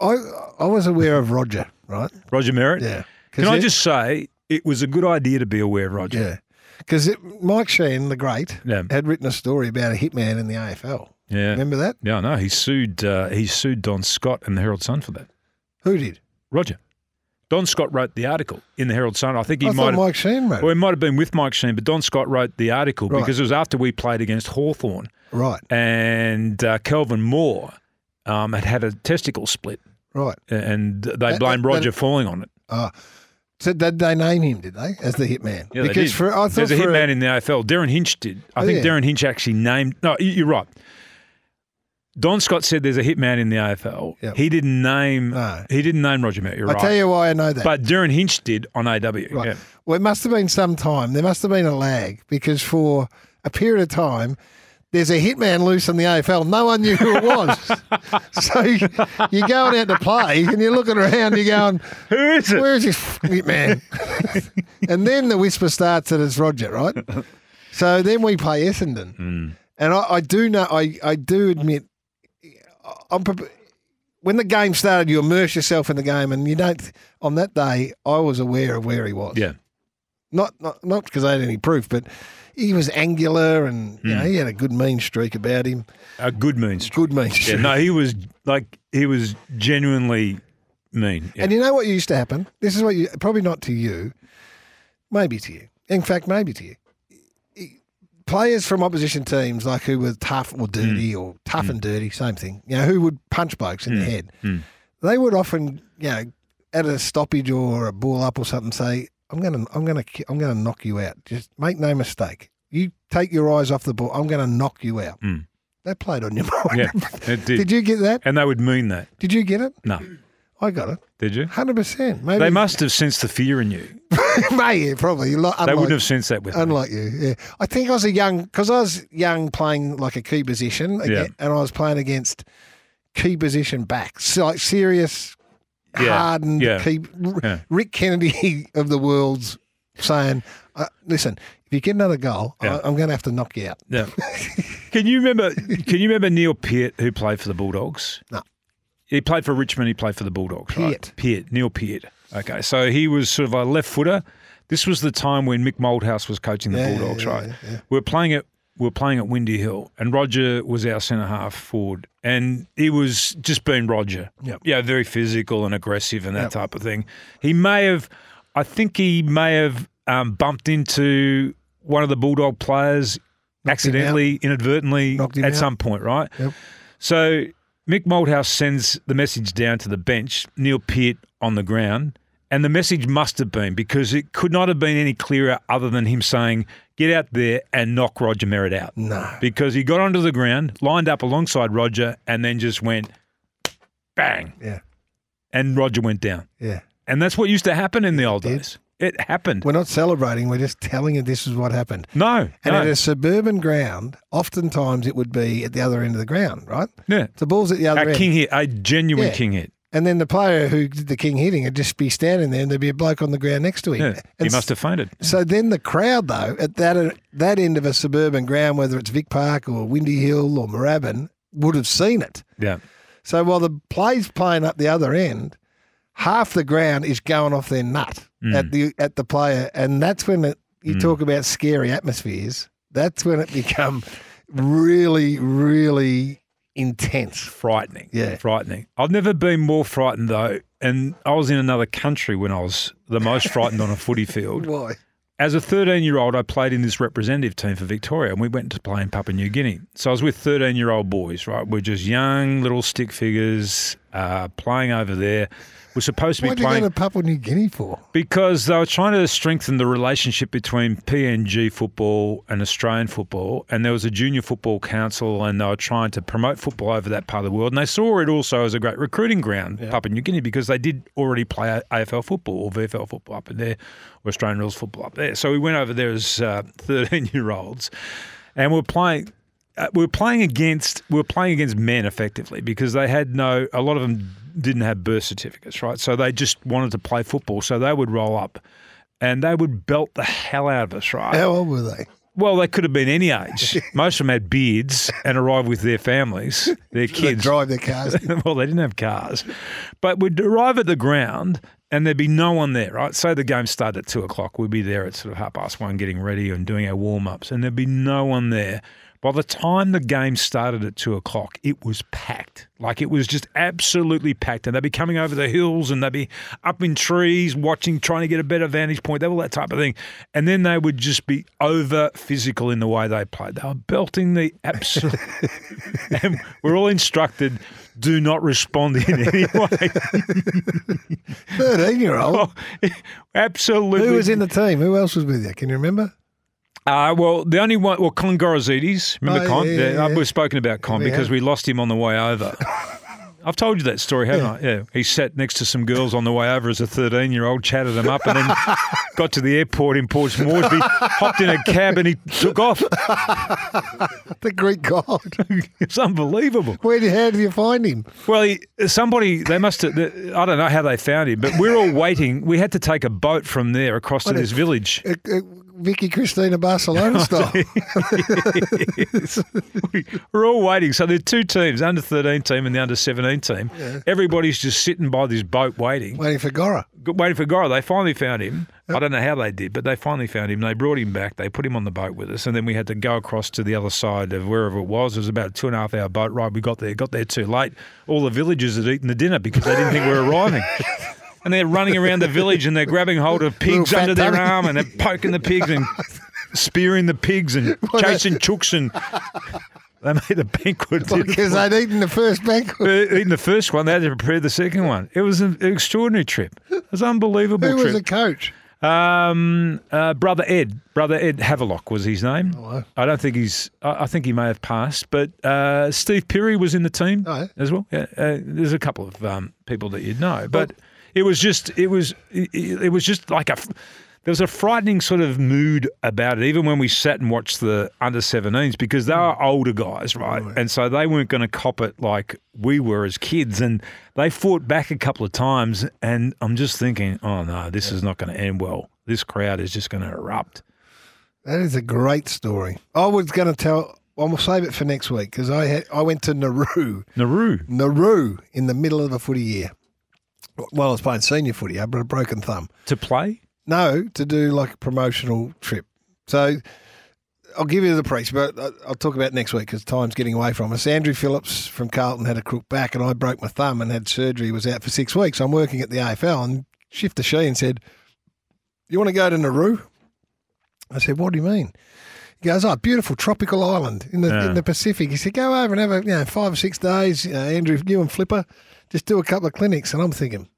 S2: I I was aware of Roger, right?
S3: Roger Merritt.
S2: Yeah.
S3: Can I
S2: it-
S3: just say, it was a good idea to be aware of Roger.
S2: Yeah. Because Mike Sheen, the great,
S3: Yeah.
S2: had written a story about a hitman in the AFL.
S3: Yeah.
S2: Remember that?
S3: Yeah, I know. He sued. Uh, he sued Don Scott and the Herald Sun for that.
S2: Who did?
S3: Roger. Don Scott wrote the article in the Herald Sun. I think he
S2: I
S3: might.
S2: thought
S3: Have,
S2: Mike Sheen wrote
S3: well,
S2: it.
S3: it might have been with Mike Sheen, but Don Scott wrote the article
S2: Right.
S3: because it was after we played against Hawthorn
S2: Right,
S3: and uh, Kelvin Moore um, had had a testicle split,
S2: right.
S3: and they
S2: Uh,
S3: blamed
S2: uh,
S3: Roger
S2: but-
S3: falling on it.
S2: So did they name him? Did they as the hitman?
S3: Yeah, they
S2: because
S3: did.
S2: for I thought
S3: There's a
S2: for
S3: hitman in the AFL. Darren Hinch did. I
S2: Oh, yeah.
S3: think Darren Hinch actually named. No, you- you're right. Don Scott said there's a hitman in the AFL.
S2: Yep.
S3: He didn't name.
S2: No.
S3: He didn't name Roger Matt. You're
S2: I
S3: right.
S2: tell you why I know that.
S3: but Darren Hinch did on AW.
S2: Right.
S3: Yeah.
S2: Well, it must have been some time. There must have been a lag because for a period of time, there's a hitman loose in the AFL. No one knew who it was. so you, you're going out to play and you're looking around, you're going,
S3: Who is
S2: *laughs*
S3: it? *laughs*
S2: Where's this f- hitman? *laughs* and then the whisper starts that it's Roger,
S3: *laughs*
S2: right? So then we play Essendon.
S3: Hmm.
S2: And I, I do know, I, I do admit, I'm prepa- when the game started, you immerse yourself in the game, and you don't. On that day, I was aware of where he was.
S3: Yeah.
S2: Not not not because I had any proof, but he was angular, and
S3: Hmm.
S2: you know, he had a good mean streak about him.
S3: A good mean streak.
S2: Good mean
S3: Yeah,
S2: streak.
S3: no, he was like he was genuinely mean. Yeah.
S2: And you know what used to happen? This is what you probably not to you, maybe to you. In fact, maybe to you. Players from opposition teams, like who were tough
S3: Hmm.
S2: or dirty or tough and dirty, same thing. You know, who would punch blokes in the
S3: Hmm.
S2: head. They would often, you know, at a stoppage or a ball up or something, say, "I'm gonna, I'm gonna, ki- I'm gonna knock you out. Just make no mistake. You take your eyes off the ball. I'm gonna knock you out."
S3: Mm.
S2: That played on your *laughs* mind.
S3: yeah, it did.
S2: Did you get that?
S3: and they would mean that.
S2: Did you get it?
S3: No,
S2: I got it,
S3: did you?
S2: hundred percent. Maybe
S3: They must have sensed the fear in you.
S2: *laughs* May probably. Lo- Unlike,
S3: They wouldn't have sensed that with me.
S2: Unlike you, yeah. I think I was a young because I was young playing like a key position, aga-
S3: Yeah.
S2: and I was playing against key position backs, so like serious,
S3: Yeah,
S2: hardened
S3: yeah,
S2: key. R-
S3: yeah.
S2: Rick Kennedy *laughs* of the world's saying, uh, "Listen, if you get another goal, I,
S3: Yeah.
S2: I'm going to have to knock you out."
S3: Yeah.
S2: *laughs*
S3: can you remember? Can you remember Neil Peart who played for the Bulldogs?
S2: No.
S3: He played for Richmond. He played for the Bulldogs.
S2: Peart.
S3: Right? Peart. Neil Peart. Okay, so he was sort of a left footer. This was the time when Mick Moldhouse was coaching the
S2: Yeah, yeah,
S3: Bulldogs,
S2: yeah,
S3: right? We're playing at we're playing at Windy Hill, and Roger was our centre half forward, and he was just being Roger.
S2: Yep.
S3: Yeah, very physical and aggressive and that type of thing. He may have, I think he may have um, bumped into one of the Bulldog players
S2: him out.
S3: accidentally, inadvertently
S2: Knocked
S3: at
S2: him out.
S3: some point, right?
S2: Yep.
S3: So Mick Moldhouse sends the message down to the bench, Neil Peart on the ground, and the message must have been because it could not have been any clearer other than him saying, get out there and knock Roger Merritt out.
S2: No,
S3: Because he got onto the ground, lined up alongside Roger, and then just went bang.
S2: yeah,
S3: And Roger went down.
S2: yeah.
S3: And that's what used to happen in the old
S2: did.
S3: days. It happened.
S2: We're not celebrating. We're just telling you this is what happened.
S3: no.
S2: And
S3: no.
S2: at a suburban ground, oftentimes it would be at the other end of the ground, right?
S3: yeah.
S2: The ball's at the other
S3: A
S2: end.
S3: king hit, a genuine
S2: Yeah.
S3: king hit.
S2: And then the player who did the king hitting would just be standing there and there'd be a bloke on the ground next to him.
S3: Yeah. He
S2: And
S3: must have fainted.
S2: So then the crowd, though, at that that end of a suburban ground, whether it's Vic Park or Windy Hill or Moorabbin, would have seen it.
S3: Yeah.
S2: So while the play's playing up the other end, half the ground is going off their nut
S3: Mm.
S2: at the at the player, and that's when it, you talk about scary atmospheres. That's when it become really, really intense.
S3: frightening.
S2: Yeah.
S3: Frightening. I've never been more frightened though. And I was in another country when I was the most frightened on a
S2: *laughs*
S3: footy field.
S2: Why?
S3: As a 13 year old, I played in this representative team for Victoria and we went to play in Papua New Guinea. So I was with 13 year old boys, right? We're just young little stick figures uh, playing over there. We're supposed to be
S2: What did you go
S3: playing
S2: to Papua New Guinea for?
S3: because they were trying to strengthen the relationship between PNG football and Australian football, and there was a junior football council, and they were trying to promote football over that part of the world. And they saw it also as a great recruiting ground, Papua New Guinea, because they did already play AFL football or VFL football up in there, or Australian rules football up there. So we went over there as uh, *laughs* thirteen-year-olds, and we're playing. Uh, we we're playing against we we're playing against men effectively because they had no a lot of them didn't have birth certificates right so they just wanted to play football so they would roll up and they would belt the hell out of us right
S2: How old were they?
S3: well they could have been any age most of them had beards and arrived with their families
S2: They
S3: their kids *laughs*
S2: drive their cars.
S3: well, they didn't have cars, but we'd arrive at the ground and there'd be no one there, right? Say the game started at two o'clock, we'd be there at sort of half past one getting ready and doing our warm ups, and there'd be no one there. By the time the game started at two o'clock, it was packed. Like it was just absolutely packed. And they'd be coming over the hills and they'd be up in trees, watching, trying to get a better vantage point, all that type of thing. And then they would just be over physical in the way they played. They were belting the absolute. and we're all instructed do not respond in any *laughs* way.
S2: 13 year old.
S3: *laughs* Oh, absolutely.
S2: Who was in the team? Who else was with you? Can you remember?
S3: Uh, well, the only one, well, Con Gorozides. Remember
S2: Oh,
S3: Con?
S2: yeah, yeah,
S3: Uh,
S2: yeah.
S3: We've spoken about Con
S2: We
S3: because
S2: have.
S3: we lost him on the
S2: *laughs*
S3: way over. I've told you that story, haven't I? Yeah. He sat next to some girls on the way over as a 13 year old, chatted them up,
S2: *laughs*
S3: and then got to the airport in Portsmouth, hopped in a cab, and he took off. *laughs*
S2: The Greek god.
S3: It's unbelievable.
S2: Where did, how did you find him?
S3: Well, he, somebody they must have. I don't know how they found him, but we're all waiting. We had to take a boat from there across to this village.
S2: Uh, uh, Vicky Cristina
S3: *laughs*
S2: Barcelona style.
S3: We- we're all waiting. So there are two teams, under thirteen team and the under seventeen team. Everybody's just sitting by this boat waiting,
S2: Waiting for
S3: *laughs*
S2: Gora.
S3: g- waiting for Goro. They finally found him. I don't know how they did, but they finally found him. They brought him back. They put him on the boat with us, and then we had to go across to the other side of wherever it was. It was about a two and a half hour boat ride. We got there, got there too late. All the villagers had eaten the dinner because they didn't think we were
S2: *laughs*
S3: arriving. And they're running around the village and they're grabbing hold of pigs
S2: fat
S3: under their
S2: tummy.
S3: arm and they're poking the pigs and spearing the pigs and
S2: *laughs*
S3: chasing chooks and they made a banquet.
S2: Because they'd eaten the first
S3: *laughs*
S2: banquet.
S3: Eating the first one, they had to prepare the second one. It was an extraordinary trip. It was an unbelievable
S2: Who was the
S3: trip.
S2: coach?
S3: um, uh, brother Ed, brother Ed Havelock was his name.
S2: Hello.
S3: I don't think he's. I, I think he may have passed, but uh, Steve Peary was in the team
S2: Oh, yeah.
S3: as well. Yeah, uh, there's a couple of um, people that you'd know, but it was just. It was. It, it was just like a. f- There was a frightening sort of mood about it, even when we sat and watched the under 17s, because they were older guys, Hmm. right? And so they weren't going to cop it like we were as kids. And they fought back a couple of times. And I'm just thinking, oh no, this is not going to end well. This crowd is just going to erupt.
S2: That is a great story. I was going to tell. I'm gonna save it for next week because I had, I went to Nauru,
S3: Nauru.
S2: Nauru in the middle of a footy year. Well, I was playing senior footy. I had a broken thumb.
S3: to play.
S2: No, to do like a promotional trip. So I'll give you the price, but I- I'll talk about it next week because time's getting away from us. Andrew Phillips from Carlton had a crook back, and I broke my thumb and had surgery. Was out for six weeks. I'm working at the AFL, and Shifter Sheehan said, "You want to go to Nauru?" I said, "What do you mean?" He goes, "Oh, beautiful tropical island in the
S3: Yeah.
S2: in the Pacific." He said, "Go over and have a you know five or six days, you know, Andrew, you and Flipper, just do a couple of clinics." And I'm thinking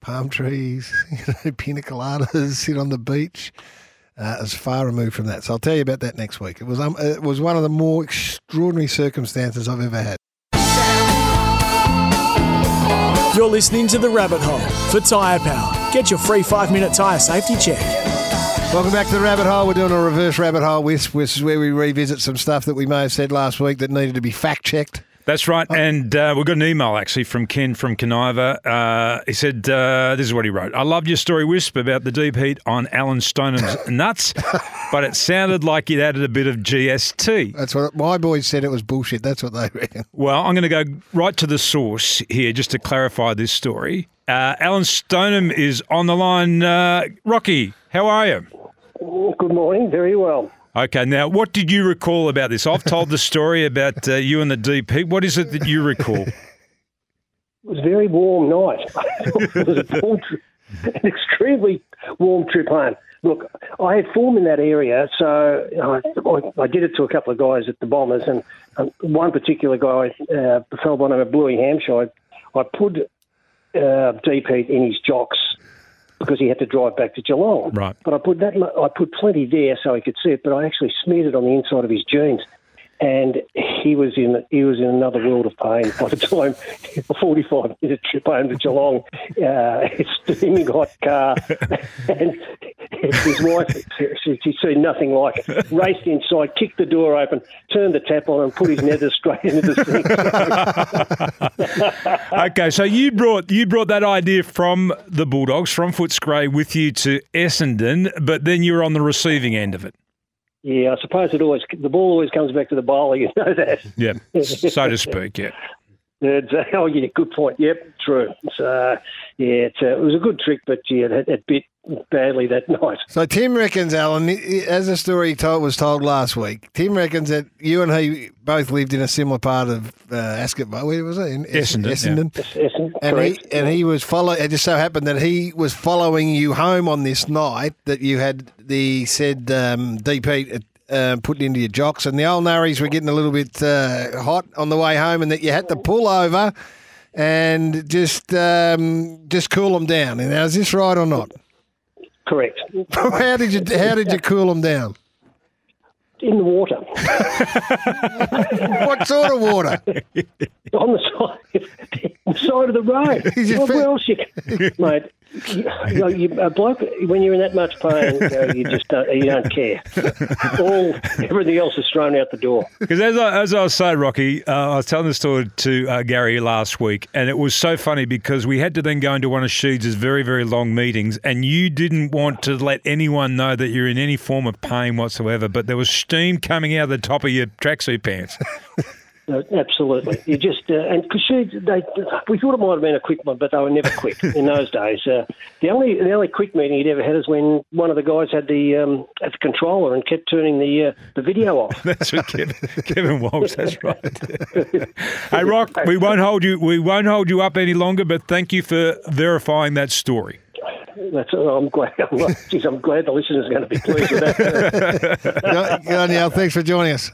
S2: palm trees, *laughs* you know, pina coladas, sit on the beach. Uh, as far removed from that, so I'll tell you about that next week. It was um, it was one of the more extraordinary circumstances I've ever had.
S1: You're listening to The Rabbit Hole for Tyre Power. Get your free five minute tyre safety check.
S2: Welcome back to the rabbit hole. We're doing a reverse rabbit hole, which, which is where we revisit some stuff that we may have said last week that needed to be fact checked.
S3: That's right. And uh, we got an email actually from Ken from Caniva. Uh, he said, uh, This is what he wrote I loved your story, Wisp, about the deep heat on Alan Stoneham's nuts, but it sounded like you'd added a bit of GST.
S2: That's what my boys said. It was bullshit. That's what they *laughs* reckon.
S3: Well, I'm going to go right to the source here just to clarify this story. Uh, Alan Stoneham is on the line. Uh, Rocky, how are you?
S4: Well, good morning. Very well.
S3: Okay, now what did you recall about this? I've told the story about uh, you and the deep heat. What is it that you recall?
S4: It was a very warm night. *laughs* it was a warm trip, an extremely warm trip home. Look, I had form in that area, so I, I, I did it to a couple of guys at the Bombers, and, and one particular guy, uh, a fellow by the name of Bluey Hampshire, I, I put uh, Deep Heat in his jocks because he had to drive back to Geelong.
S3: Right.
S4: But I put that mu- I put plenty there so he could see it, but I actually smeared it on the inside of his jeans. And he was in he was in another world of pain by the time *laughs* a forty five minute trip home to Geelong, uh, *laughs* it's steaming hot car, *laughs* and his wife she, she's seen nothing like it. Raced inside, kicked the door open, turned the tap on, and put his nether straight into the sink.
S3: Okay, so you brought you brought that idea from the Bulldogs from Footscray with you to Essendon, but then you were on the receiving end of it.
S4: Yeah,
S3: *laughs*
S4: I suppose it always the ball always comes back to the bowler. You know that.
S3: Yeah, so to speak. Yeah,
S4: It's, uh, *laughs* oh, yeah, good point. Yep, true. So, yeah, it's, uh, it was a good trick, but yeah, it, it bit badly that *laughs* night.
S2: So Tim reckons, Alan, as the story told was told last week, Tim reckons that you and he both lived in a similar part of uh, Ascot. Where was it? In Es-
S3: Essendon,
S2: Essendon.
S4: Essendon,
S2: And he,
S4: correct.
S2: and he was follow. It just so happened that he was following you home on this night that you had the said um, DP uh, put into your jocks, and the old nurries were getting a little bit uh, hot on the way home, and that you had to pull over and just um, just cool them down. And now is this right or not? *laughs*
S4: correct.
S2: how did you how did you cool them down?
S4: In the water, *laughs*
S2: What sort of water?
S4: on the side, *laughs* the side of the road.
S2: *laughs* He's just
S4: Well,
S2: fit-
S4: where else you, can- mate? You, you, know, you- a bloke, when you're in that much pain, you, know, you just don't, you don't
S2: *laughs*
S4: care. All everything else is thrown out the door.
S3: Because as I, as I was saying, Rocky, uh, I was telling the story to uh, Gary last week, and it was so funny because we had to then go into one of Sheeds' very, very long meetings, and you didn't want to let anyone know that you're in any form of pain whatsoever, but there was steam coming out of the top of your tracksuit pants.
S4: No, absolutely. You just uh, and because they we thought it might have been a quick one, but they were never quick in those days. Uh, the only the only quick meeting he'd ever had is when one of the guys had the um, at the controller and kept turning the uh, the video
S3: *laughs*
S4: off.
S3: That's what Kevin, Kevin Walsh. That's right. hey, Rock, we won't hold you. We won't hold you up any longer. But thank you for verifying that story.
S4: That's I'm glad. *laughs* I'm, geez, I'm glad the listeners are going to be pleased with that.
S2: Good on you. Thanks for joining us.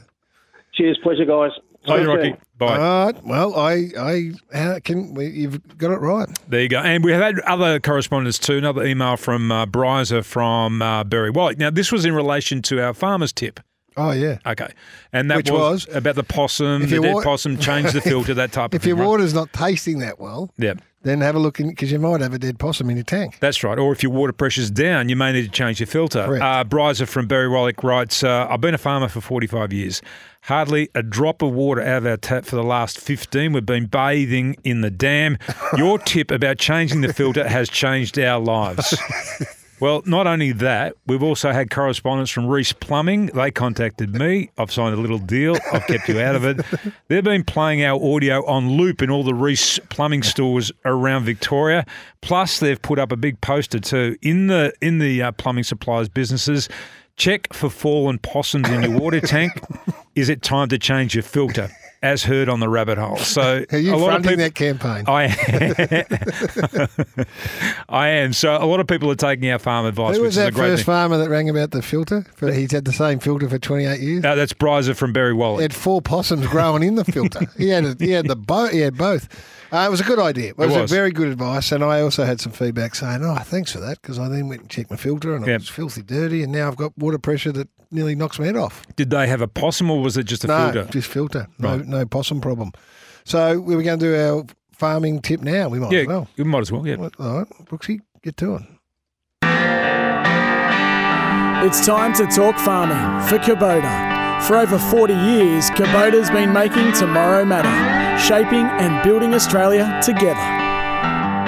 S4: Cheers, pleasure, guys.
S3: Bye,
S4: See you soon.
S3: Rocky. Bye.
S2: All right. Well, I, I, how can we, you've got it right.
S3: There you go. And we have had other correspondence too. Another email from uh, Bryza from uh, Barry Wallach. Now, this was in relation to our farmer's tip.
S2: Oh yeah.
S3: Okay. And that
S2: Which was?
S3: about the possum,
S2: If
S3: the
S2: you
S3: dead
S2: wa-
S3: possum, change the filter, that type
S2: *laughs*
S3: of
S2: If
S3: thing.
S2: your
S3: right?
S2: water's not tasting that well,
S3: Yeah,
S2: then have a look in because you might have a dead possum in your tank.
S3: that's right. Or if your water pressure's down, you may need to change your filter.
S2: Correct.
S3: Uh, Bryza from Barry Wallach writes uh, I've been a farmer for 45 years. Hardly a drop of water out of our tap for the last 15. We've been bathing in the dam. Your tip about changing the filter has changed our lives. Well, not only that, we've also had correspondence from Reese Plumbing. They contacted me. I've signed a little deal. I've kept you out
S2: *laughs*
S3: of it. They've been playing our audio on loop in all the Reese Plumbing stores around Victoria. Plus, they've put up a big poster too in the in the uh, plumbing supplies businesses. Check for fallen possums in your
S2: *laughs*
S3: water tank. Is it time to change your filter? As heard on the rabbit hole. So
S2: Are you
S3: a lot of
S2: fronting
S3: people, Oh,
S2: that campaign?
S3: I *laughs* I am. So a lot of people are taking our farm advice,
S2: Who
S3: which
S2: was
S3: is a
S2: that
S3: great
S2: first
S3: thing.
S2: farmer that rang about the filter? For, he's had the same filter for 28 years.
S3: No, that's Bryza from Barry
S2: He
S3: Wallach.
S2: had four possums growing in the filter. *laughs* he had a, he had the both. He had both. Uh, it was a good idea. It was,
S3: was.
S2: a very good advice, and I also had some feedback saying, "Oh, thanks for that," because I then went and checked my filter, and
S3: Yeah.
S2: it was filthy, dirty, and now I've got water pressure that nearly knocks my head off.
S3: Did they have a possum or was it just a
S2: no,
S3: filter?
S2: just filter. No,
S3: Right.
S2: no possum problem. So we were going to do our farming tip now. We might
S3: yeah,
S2: as well.
S3: you might as well. Yeah.
S2: All right, Brooksy, get to it.
S1: It's time to talk farming for Kubota. For over 40 years, Kubota's been making tomorrow matter, shaping and building Australia together.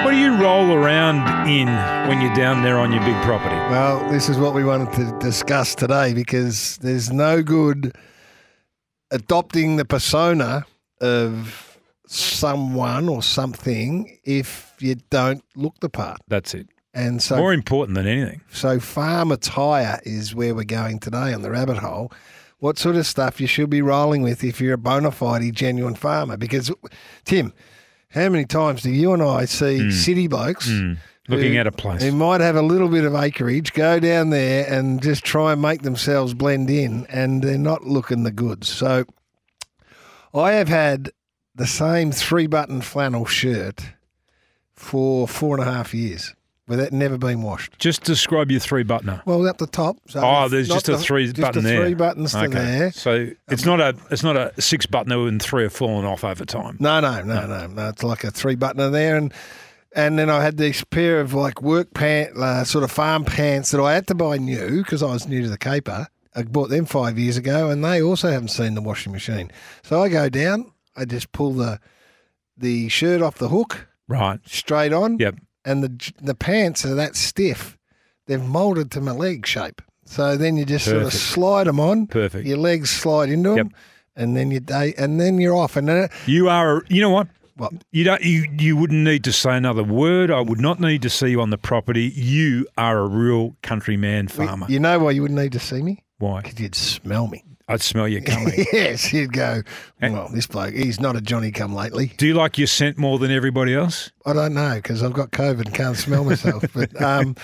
S3: What do you roll around in when you're down there on your big property?
S2: Well, this is what we wanted to discuss today because there's no good adopting the persona of someone or something if you don't look the part.
S3: That's it.
S2: And so
S3: More important than anything.
S2: So farm attire is where we're going today on the rabbit hole. What sort of stuff you should be rolling with if you're a bona fide genuine farmer? Because Tim, how many times do you and I see city blokes
S3: Hmm. Looking
S2: who-
S3: at a place.
S2: who might have a little bit of acreage, go down there and just try and make themselves blend in and they're not looking the goods. So I have had the same three button flannel shirt for four and a half years with it never been washed.
S3: Just describe your three buttoner.
S2: Well, up the top. So
S3: Oh, there's
S2: not
S3: just a
S2: the-
S3: three
S2: just
S3: button
S2: the
S3: there.
S2: Three buttons to
S3: okay.
S2: there.
S3: So it's not a it's not a six buttoner and three are falling off over time.
S2: No, no, no, no, no. It's like a three buttoner there, and and then I had this pair of like work pant, uh, sort of farm pants that I had to buy new because I was new to the caper. I bought them five years ago, and they also haven't seen the washing machine. So I go down, I just pull the the shirt off the hook
S3: Right.
S2: straight on,
S3: Yep.
S2: and the j- the pants are that stiff. They've molded to my leg shape. So then you just sort of
S3: Perfect.
S2: slide them on.
S3: Perfect.
S2: Your legs slide into them,
S3: Yep.
S2: and uh, then you day, and then you're off. And then,
S3: You are. a- You know what?
S2: What?
S3: You don't. You you wouldn't need to say another word. I would not need to see you on the property. You are a real countryman farmer.
S2: You know why you wouldn't need to see me?
S3: Why?
S2: Because you'd smell
S3: *laughs*
S2: me.
S3: I'd smell
S2: *laughs*
S3: you coming.
S2: yes, you'd go,
S3: Eh?
S2: well, this bloke, he's not a Johnny come lately.
S3: Do you like your scent more than everybody else?
S2: I don't know because I've got COVID and can't smell myself.
S3: *laughs*
S2: but um,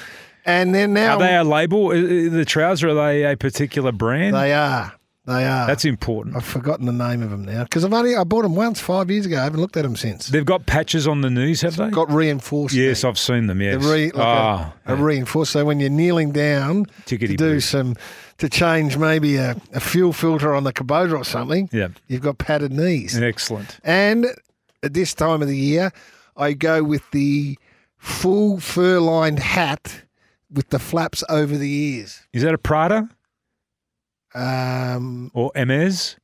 S2: And then
S3: Are
S2: now
S3: they a label? Uh, uh, The trousers are they a particular brand?
S2: um, they are. They are.
S3: That's important.
S2: I've forgotten the name of them now because I've only I bought them once five years ago. I haven't looked at them since.
S3: They've got patches on the knees, have they?
S2: Got reinforced.
S3: yes, I've seen them.
S2: They're
S3: Yes.
S2: re- like
S3: Ah,
S2: a, a reinforced. So when you're kneeling down to
S3: Tickety
S2: do
S3: boo.
S2: some, to change maybe a, a fuel filter on the Kubota or something,
S3: yeah.
S2: you've got padded knees.
S3: Excellent.
S2: And at this time of the year, I go with the full fur lined hat with the flaps over the ears.
S3: Is that a Prada
S2: Um, *laughs*
S3: or Hermes?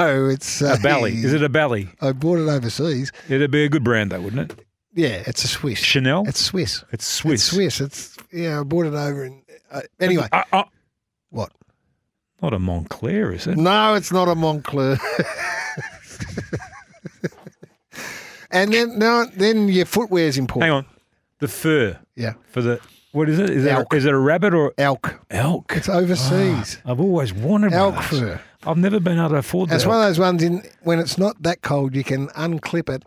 S2: no, it's uh,
S3: A Bally. Is it a Bally?
S2: I bought it overseas.
S3: It'd be a good brand, though, wouldn't it?
S2: Yeah, it's a Swiss.
S3: Chanel.
S2: It's Swiss.
S3: It's Swiss.
S2: It's Swiss. It's yeah. I bought it over in uh, anyway.
S3: Uh, uh,
S2: What?
S3: not a Montclair, is it?
S2: No, it's not a Montclair. and then no, then your footwear is important.
S3: Hang on. The fur
S2: Yeah,
S3: for the what is it? Is
S2: Elk.
S3: it is it a rabbit or
S2: elk.
S3: elk?
S2: It's overseas.
S3: I've always wanted
S2: elk
S3: one of those.
S2: fur.
S3: I've never been able to afford
S2: It's
S3: that.
S2: one of those ones in when it's not that cold, you can unclip it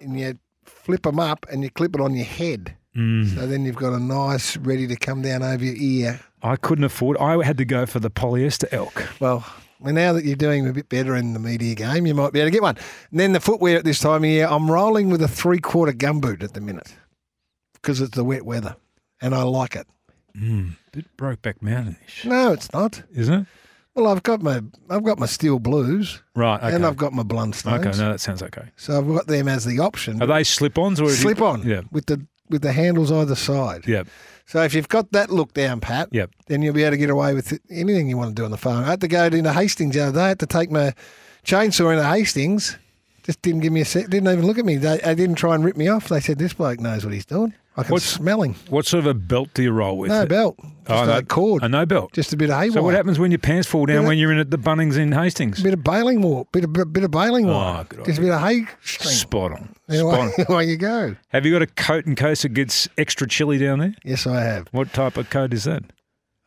S2: and you flip them up and you clip it on your head.
S3: Mm.
S2: So then you've got a nice ready to come down over your ear.
S3: I couldn't afford. I had to go for the polyester elk.
S2: Well, well, now that you're doing a bit better in the media game, you might be able to get one. And then the footwear at this time of year, I'm rolling with a three quarter gumboot at the minute because it's the wet weather and I like it.
S3: Mm. Bit Brokeback Mountainish,
S2: No, it's not.
S3: isn't it?
S2: Well, I've got my I've got my steel blues
S3: Right. Okay.
S2: and I've got my blundstones,
S3: okay. No, that sounds okay.
S2: so I've got them as the option.
S3: Are they slip-ons or have you-
S2: Slip on
S3: Yeah.
S2: with the with the handles either side.
S3: Yeah.
S2: So if you've got that look down, Pat,
S3: Yep.
S2: then you'll be able to get away with anything you want to do on the farm. I had to go into Hastings the other day. I had to take my chainsaw into Hastings. Just didn't give me a set. Didn't even look at me. They, they didn't try and rip me off. They said this bloke knows what he's doing. I can
S3: What's-
S2: smell him.
S3: What sort of a belt do you roll with? Oh,
S2: No belt. Just
S3: no,
S2: a cord.
S3: A no belt.
S2: Just a bit of hay
S3: so what
S2: wire.
S3: happens when your pants fall down
S2: Yeah.
S3: when you're in at the Bunnings in
S2: A
S3: Hastings?
S2: bit of baling wire. Bit of bit of baling
S3: Oh,
S2: wire.
S3: good
S2: Just a bit of hay string.
S3: Spot on.
S2: And
S3: Spot on.
S2: away, *laughs* away you go.
S3: Have you got a coat in case it gets extra chilly down there?
S2: Yes, I have.
S3: What type of coat is that?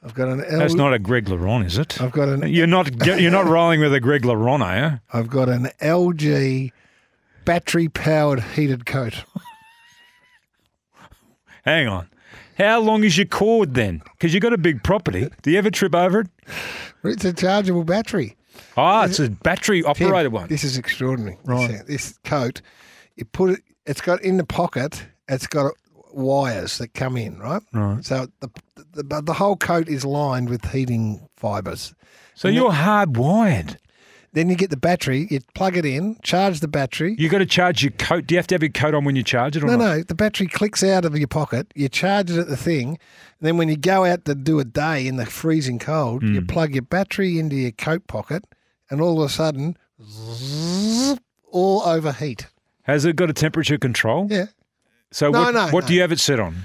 S2: I've got an. L-
S3: That's not a Greg LaRon, is it?
S2: Uh, I've got an *laughs*
S3: You're not you're not rolling with a Greg LaRon, are you?
S2: I've got an LG battery powered heated coat.
S3: Hang on. How long is your cord then? Because you've got a big property. Do you ever trip over it?
S2: It's a chargeable battery.
S3: Ah, it's a battery operated one.
S2: This is extraordinary.
S3: Right.
S2: This, uh, this coat, you put it, it's got in the pocket, it's got wires that come in, right?
S3: Right.
S2: So the, the, but the whole coat is lined with heating fibers.
S3: So you're hardwired.
S2: Then you get the battery, you plug it in, charge the battery.
S3: You got to charge your coat. Do you have to have your coat on when you charge it or
S2: no,
S3: not?
S2: no, the battery clicks out of your pocket, you charge it at the thing, and then when you go out to do a day in the freezing cold,
S3: Hmm.
S2: you plug your battery into your coat pocket, and all of a sudden, zzz, all overheat.
S3: Has it got a temperature control?
S2: Yeah.
S3: So
S2: No,
S3: what,
S2: no,
S3: what
S2: no.
S3: do you have it set on?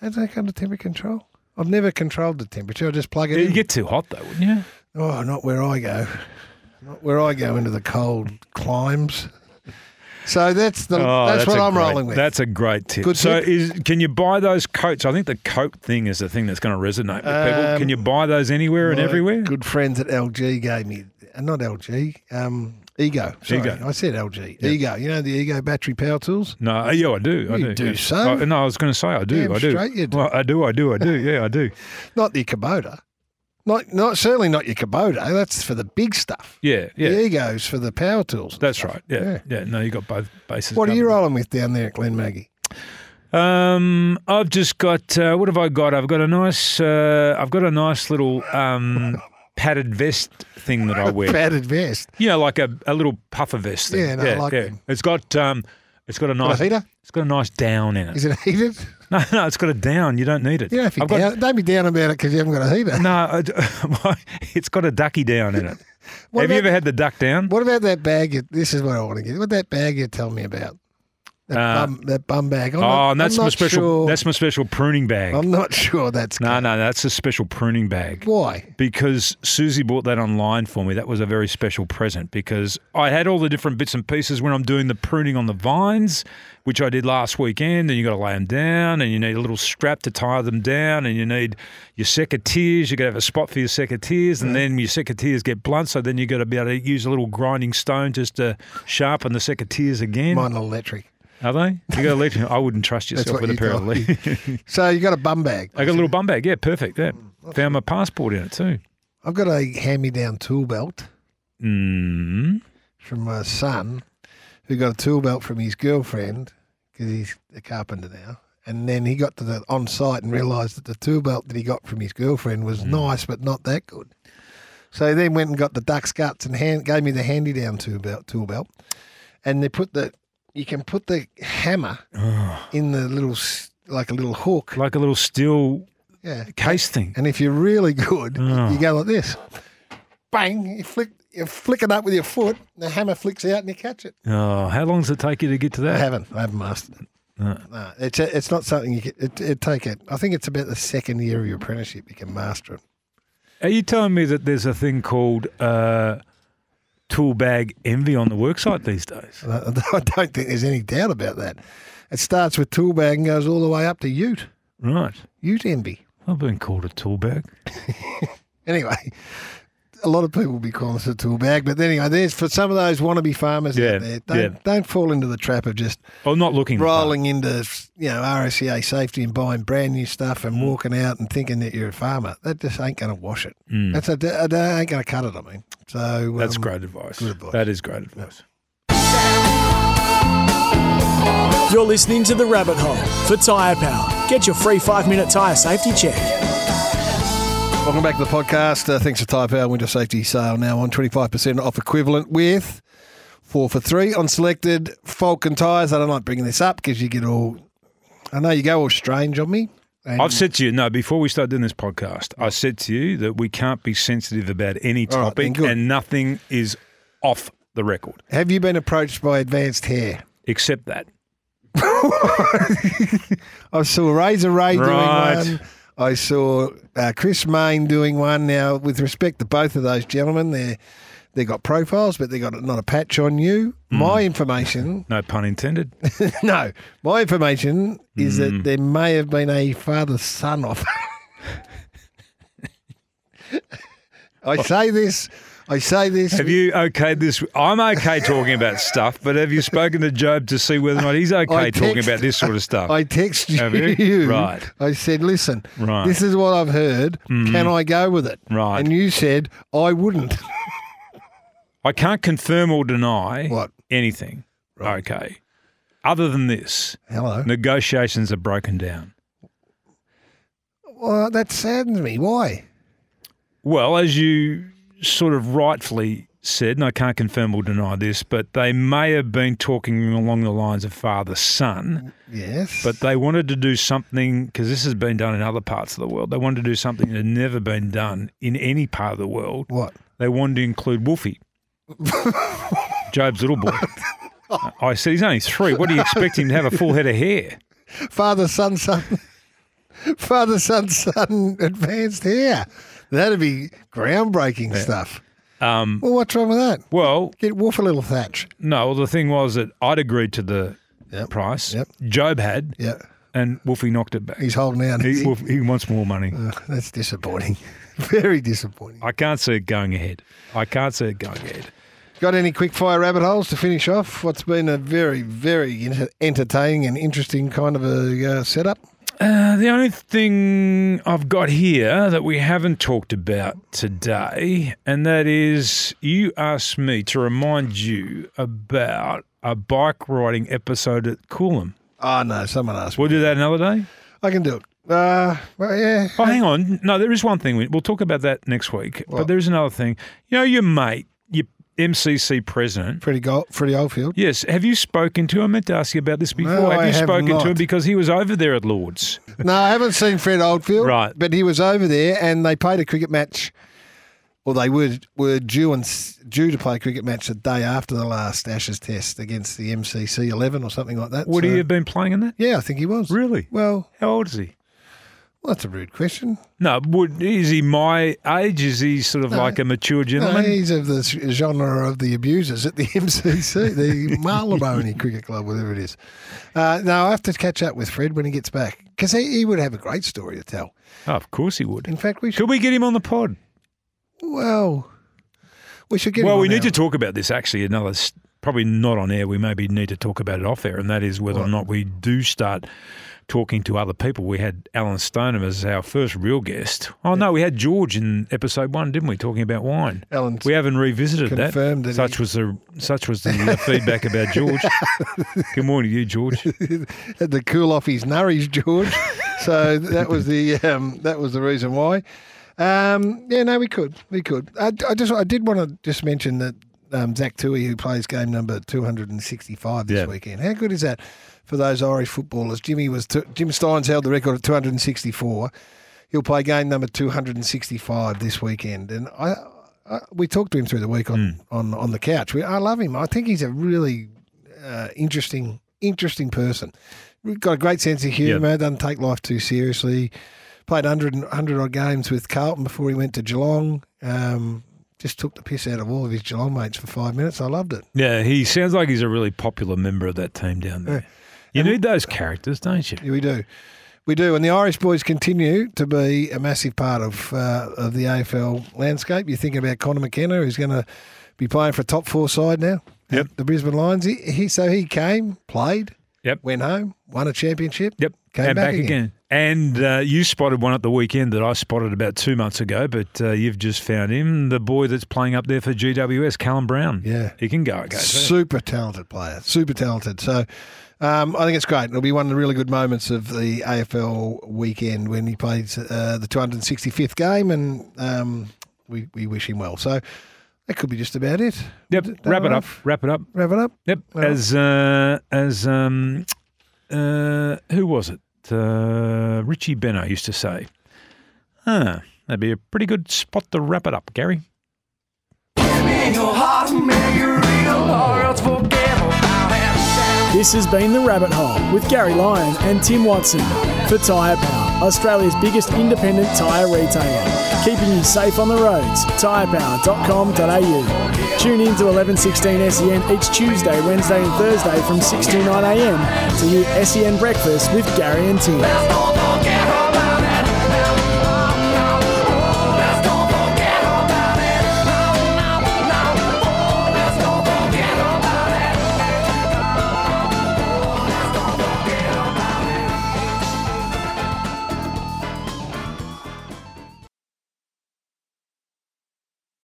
S2: How's that kind of temperature control? I've never controlled the temperature. I just plug it
S3: It'd
S2: in.
S3: get too hot though, wouldn't you?
S2: oh, not where I go. Not where I go into the cold climbs. So that's the
S3: Oh,
S2: that's, what
S3: a
S2: I'm
S3: great-
S2: rolling with.
S3: That's a great tip.
S2: Good
S3: so,
S2: tip.
S3: is can you buy those coats? I think the coat thing is the thing that's going to resonate with people.
S2: Um,
S3: Can you buy those anywhere and
S2: My
S3: everywhere?
S2: Good friends at LG gave me, uh, not LG, um, Ego. Sorry,
S3: Ego.
S2: I said LG. Ego. You know the Ego battery power tools?
S3: No, uh, yeah, I do. I
S2: You
S3: do.
S2: do,
S3: yeah.
S2: son.
S3: I- no, I was going to say I do.
S2: Damn
S3: I do.
S2: straight you do.
S3: Well, I do. I do. I do. Yeah, I do.
S2: Not the Kubota. Not, not certainly not your Kubota. That's for the big stuff.
S3: Yeah, yeah.
S2: The Ego's for the power tools.
S3: That's right. Yeah,
S2: Yeah.
S3: yeah. No, you got both bases.
S2: what are you
S3: covered.
S2: rolling with down there at Glen Maggie?
S3: Um, I've just got. Uh, what have I got? I've got a nice. Uh, I've got a nice little um, padded vest thing that
S2: *laughs*
S3: I wear.
S2: Padded vest.
S3: You know, like a, a little puffer vest thing.
S2: Yeah, no, I like them.
S3: It's got um, it's got a
S2: Got
S3: nice
S2: a heater?
S3: it's got a nice down in it.
S2: Is it heated?
S3: No, *laughs* no, it's got a down. You don't need it.
S2: You don't, have to
S3: I've
S2: be
S3: got,
S2: down, don't be down about it because you haven't got a heater.
S3: *laughs* no, I d- *laughs* it's got a ducky down in it.
S2: *laughs* What
S3: have you
S2: about-
S3: ever had the duck down?
S2: What about that bag? You, this is what I want to get. What that bag you're telling me about? That,
S3: Uh,
S2: bum, that bum bag. I'm
S3: oh,
S2: not,
S3: and that's
S2: I'm
S3: my
S2: not
S3: special.
S2: Sure,
S3: That's my special pruning bag.
S2: I'm not sure that's
S3: no, no, that's a special pruning bag.
S2: why.
S3: because Susie bought that online for me. That was a very special present because I had all the different bits and pieces when I'm doing the pruning on the vines, which I did last weekend. And you got to lay them down, and you need a little strap to tie them down, and you need your secateurs. You got to have a spot for your secateurs, and then your secateurs get blunt. So then you got to be able to use a little grinding stone just to sharpen the secateurs again.
S2: Mine are electric.
S3: Are they? You got to let I wouldn't trust yourself
S2: what
S3: with a
S2: you
S3: pair of
S2: got.
S3: leaves.
S2: So you got a bum bag.
S3: *laughs* I got a little bum bag. Yeah, perfect.
S2: Mm,
S3: Yeah, found my passport in it too.
S2: I've got a hand-me-down tool belt
S3: Mm.
S2: from my son, who got a tool belt from his girlfriend because he's a carpenter now. And then he got to the on site and realised that the tool belt that he got from his girlfriend was nice, but not that good. So he then went and got the duck's guts and hand, gave me the handy down tool belt. Tool belt, and they put the you can put the hammer in the little s- like a little hook.
S3: like a little steel
S2: Yeah,
S3: case thing.
S2: And if you're really good,
S3: Oh.
S2: you go like this. Bang! You flick, you flick it up with your foot. and The hammer flicks out, and you catch it.
S3: Oh, how long does it take you to get to
S2: I
S3: that?
S2: haven't. I haven't mastered it.
S3: No.
S2: No, it's it's not something you can. It, it take it. I think it's about the second year of your apprenticeship you can master it.
S3: Are you telling me that there's a thing called uh, tool bag envy on the worksite these days?
S2: And I, *laughs* I don't think there's any doubt about that. It starts with tool bag and goes all the way up to Ute.
S3: Right.
S2: Ute envy.
S3: I've been called a tool bag.
S2: Anyway, *laughs* a lot of people will be calling us a tool bag, but anyway, there's for some of those wannabe farmers
S3: Yeah,
S2: out there. Don't,
S3: yeah.
S2: don't fall into the trap of just
S3: Oh, not looking. the part.
S2: rolling into you know RSCA safety and buying brand new stuff
S3: Mm.
S2: and walking out and thinking that you're a farmer. That just ain't going to wash it. That's a, that ain't going to cut it. I mean, so um,
S3: Mm. That's great advice.
S2: good advice.
S3: That is great advice.
S1: You're listening to The Rabbit Hole for Tyre Power. Get your free five minute tyre safety check.
S2: Welcome back to the podcast. Uh, thanks for Tyre Power Winter Safety Sale now on 25% off equivalent with four for three on selected Falcon tyres. I don't like bringing this up because you get all, I know you go all strange on me. And
S3: I've said to you, no, before we start doing this podcast, I said to you that we can't be sensitive about any
S2: All right, then,
S3: topic
S2: good.
S3: and nothing is off the record
S2: have you been approached by advanced hair?
S3: except that.
S2: I saw Razor Ray
S3: Right.
S2: doing one. I saw uh, Chris Main doing one. Now, with respect to both of those gentlemen, they they got profiles, but they got not a patch on you.
S3: Hmm.
S2: My information, *laughs*
S3: No pun intended.
S2: no, my information is
S3: Hmm.
S2: that there may have been a father son off. *laughs* I say this. I say this.
S3: Oh. Have you okayed this? I'm okay talking about stuff, but have you spoken to Job to see whether or not he's okay
S2: text-
S3: talking about this sort of stuff?
S2: I text you.
S3: Have you? Right.
S2: *laughs* I said, listen,
S3: Right. Hmm.
S2: this is what I've heard. Can I go with it?
S3: Right.
S2: And you said, I wouldn't. *laughs*
S3: I can't confirm or deny
S2: What?
S3: anything. Okay. Other than this,
S2: Hello.
S3: negotiations are broken down.
S2: Well, that saddens me. Why?
S3: Well, as you sort of rightfully said, and I can't confirm or deny this, but they may have been talking along the lines of father son.
S2: Yes.
S3: But they wanted to do something because this has been done in other parts of the world. They wanted to do something that had never been done in any part of the world.
S2: what?
S3: They wanted to include Wolfie, Job's little boy. I said he's only three. What do you expect him to have a full head of hair?
S2: Father, son, son. *laughs* Father, son, son, advanced hair. That'd be groundbreaking stuff.
S3: Um,
S2: Well, what's wrong with that?
S3: well,
S2: Get Wolf a little thatch.
S3: no. Well, the thing was that I'd agreed to the
S2: Yep.
S3: price.
S2: Yep.
S3: Job had,
S2: Yeah.
S3: and Wolfie knocked it back.
S2: He's holding out.
S3: He, Wolf, he wants more money.
S2: Ugh, *laughs* that's disappointing. *laughs* Very disappointing.
S3: I can't see it going ahead. I can't see it going ahead.
S2: Got any quick fire rabbit holes to finish off? What's been a very, very enter- entertaining and interesting kind of a uh, setup?
S3: Uh, the only thing I've got here that we haven't talked about today, and that is you asked me to remind you about a bike riding episode at Coolum.
S2: Oh, no, someone asked me.
S3: We'll do that another day.
S2: I can do it. Uh, well, yeah.
S3: Oh, hang on. No, there is one thing. we- We'll talk about that next week. But there is another thing. You know, your mate, your MCC president.
S2: Pretty, go- pretty old field.
S3: Yes. Have you spoken to him? I meant to ask you about this before. have
S2: I
S3: you
S2: have
S3: spoken
S2: not.
S3: to him? Because he was over there at Lords.
S2: No, I haven't seen Fred Oldfield.
S3: Right.
S2: But he was over there and they played a cricket match or they were were due and s- due to play a cricket match the day after the last Ashes Test against the MCC eleven or something like that.
S3: Would
S2: So-
S3: he have been playing in that?
S2: Yeah, I think he was.
S3: Really?
S2: Well,
S3: How old is he?
S2: well that's a rude question.
S3: No, would is he my age? Is he sort of like a mature
S2: No,
S3: gentleman?
S2: he's of the s- genre of the abusers at the *laughs* MCC,
S3: *laughs*
S2: the Marylebone Cricket Club, whatever it is. Uh, no, I have to catch up with Fred when he gets back because he, he would have a great story to tell.
S3: Oh, of course he would.
S2: In fact, we should.
S3: Could we get him on the pod?
S2: Well, we should get. him
S3: Well, we
S2: on
S3: need
S2: our-
S3: to talk about this actually. Another s- probably not on air. We maybe need to talk about it off air, and that is whether or not we do start talking to other people. We had Alan Stoneham as our first real guest. Oh no, we had George in episode one, didn't we? Talking about wine.
S2: Alan's-
S3: we haven't revisited that.
S2: confirmed that
S3: such
S2: he-
S3: was the such was the uh, feedback
S2: *laughs*
S3: about George. Good morning, to you George.
S2: had to cool off his nurries, George. so that was the um, that was the reason why. Um, yeah, no, we could, we could. I, I just I did want to just mention that um, Zach Tui, who plays game number two hundred and sixty-five this
S3: Yeah.
S2: weekend, how good is that for those Irish footballers? Jimmy was t- Jim Steins held the record at two hundred and sixty-four. He'll play game number two hundred and sixty-five this weekend, and I. I we talked to him through the week on, on, on the couch. We, I love him. I think he's a really uh, interesting, interesting person. Got a great sense of humour. Doesn't take life too seriously. Played 100, and- 100 odd games with Carlton before he went to Geelong. Um, just took the piss out of all of his Geelong mates for five minutes. I loved it.
S3: Yeah, he sounds like he's a really popular member of that team down there. You need those characters, don't you?
S2: Yeah, we do, we do. And the Irish boys continue to be a massive part of uh, of the AFL landscape. You're thinking about Connor McKenna, who's going to be playing for a top four side now.
S3: Yep.
S2: at The Brisbane Lions. He, he so he came, played,
S3: Yep.
S2: went home, won a championship.
S3: Yep.
S2: Came
S3: and
S2: back
S3: back, again. And uh, you spotted one at the weekend that I spotted about two months ago, but uh, you've just found him, the boy that's playing up there for GWS, Callum Brown.
S2: Yeah.
S3: He can go. Okay.
S2: super talented player, super talented. So um, I think it's great. It'll be one of the really good moments of the AFL weekend when he plays uh, the 265th game, and um, we, we wish him well. So that could be just about it.
S3: Yep.
S2: Is that
S3: Wrap it up.
S2: enough?
S3: Wrap it up.
S2: Wrap it up.
S3: Yep. As, uh, as, um, uh, who was it? Uh, Richie Benno used to say, huh, that'd be a pretty good spot to wrap it up, Gary.
S1: This has been The Rabbit Hole with Gary Lyon and Tim Watson for Tyre Power, Australia's biggest independent tyre retailer. Keeping you safe on the roads, tyrepower.com.au. Tune in to 11.16 SEN E each Tuesday, Wednesday and Thursday from 6 to 9am to new SEN E Breakfast with Gary and Tim.
S5: Let's go, go, get 'em.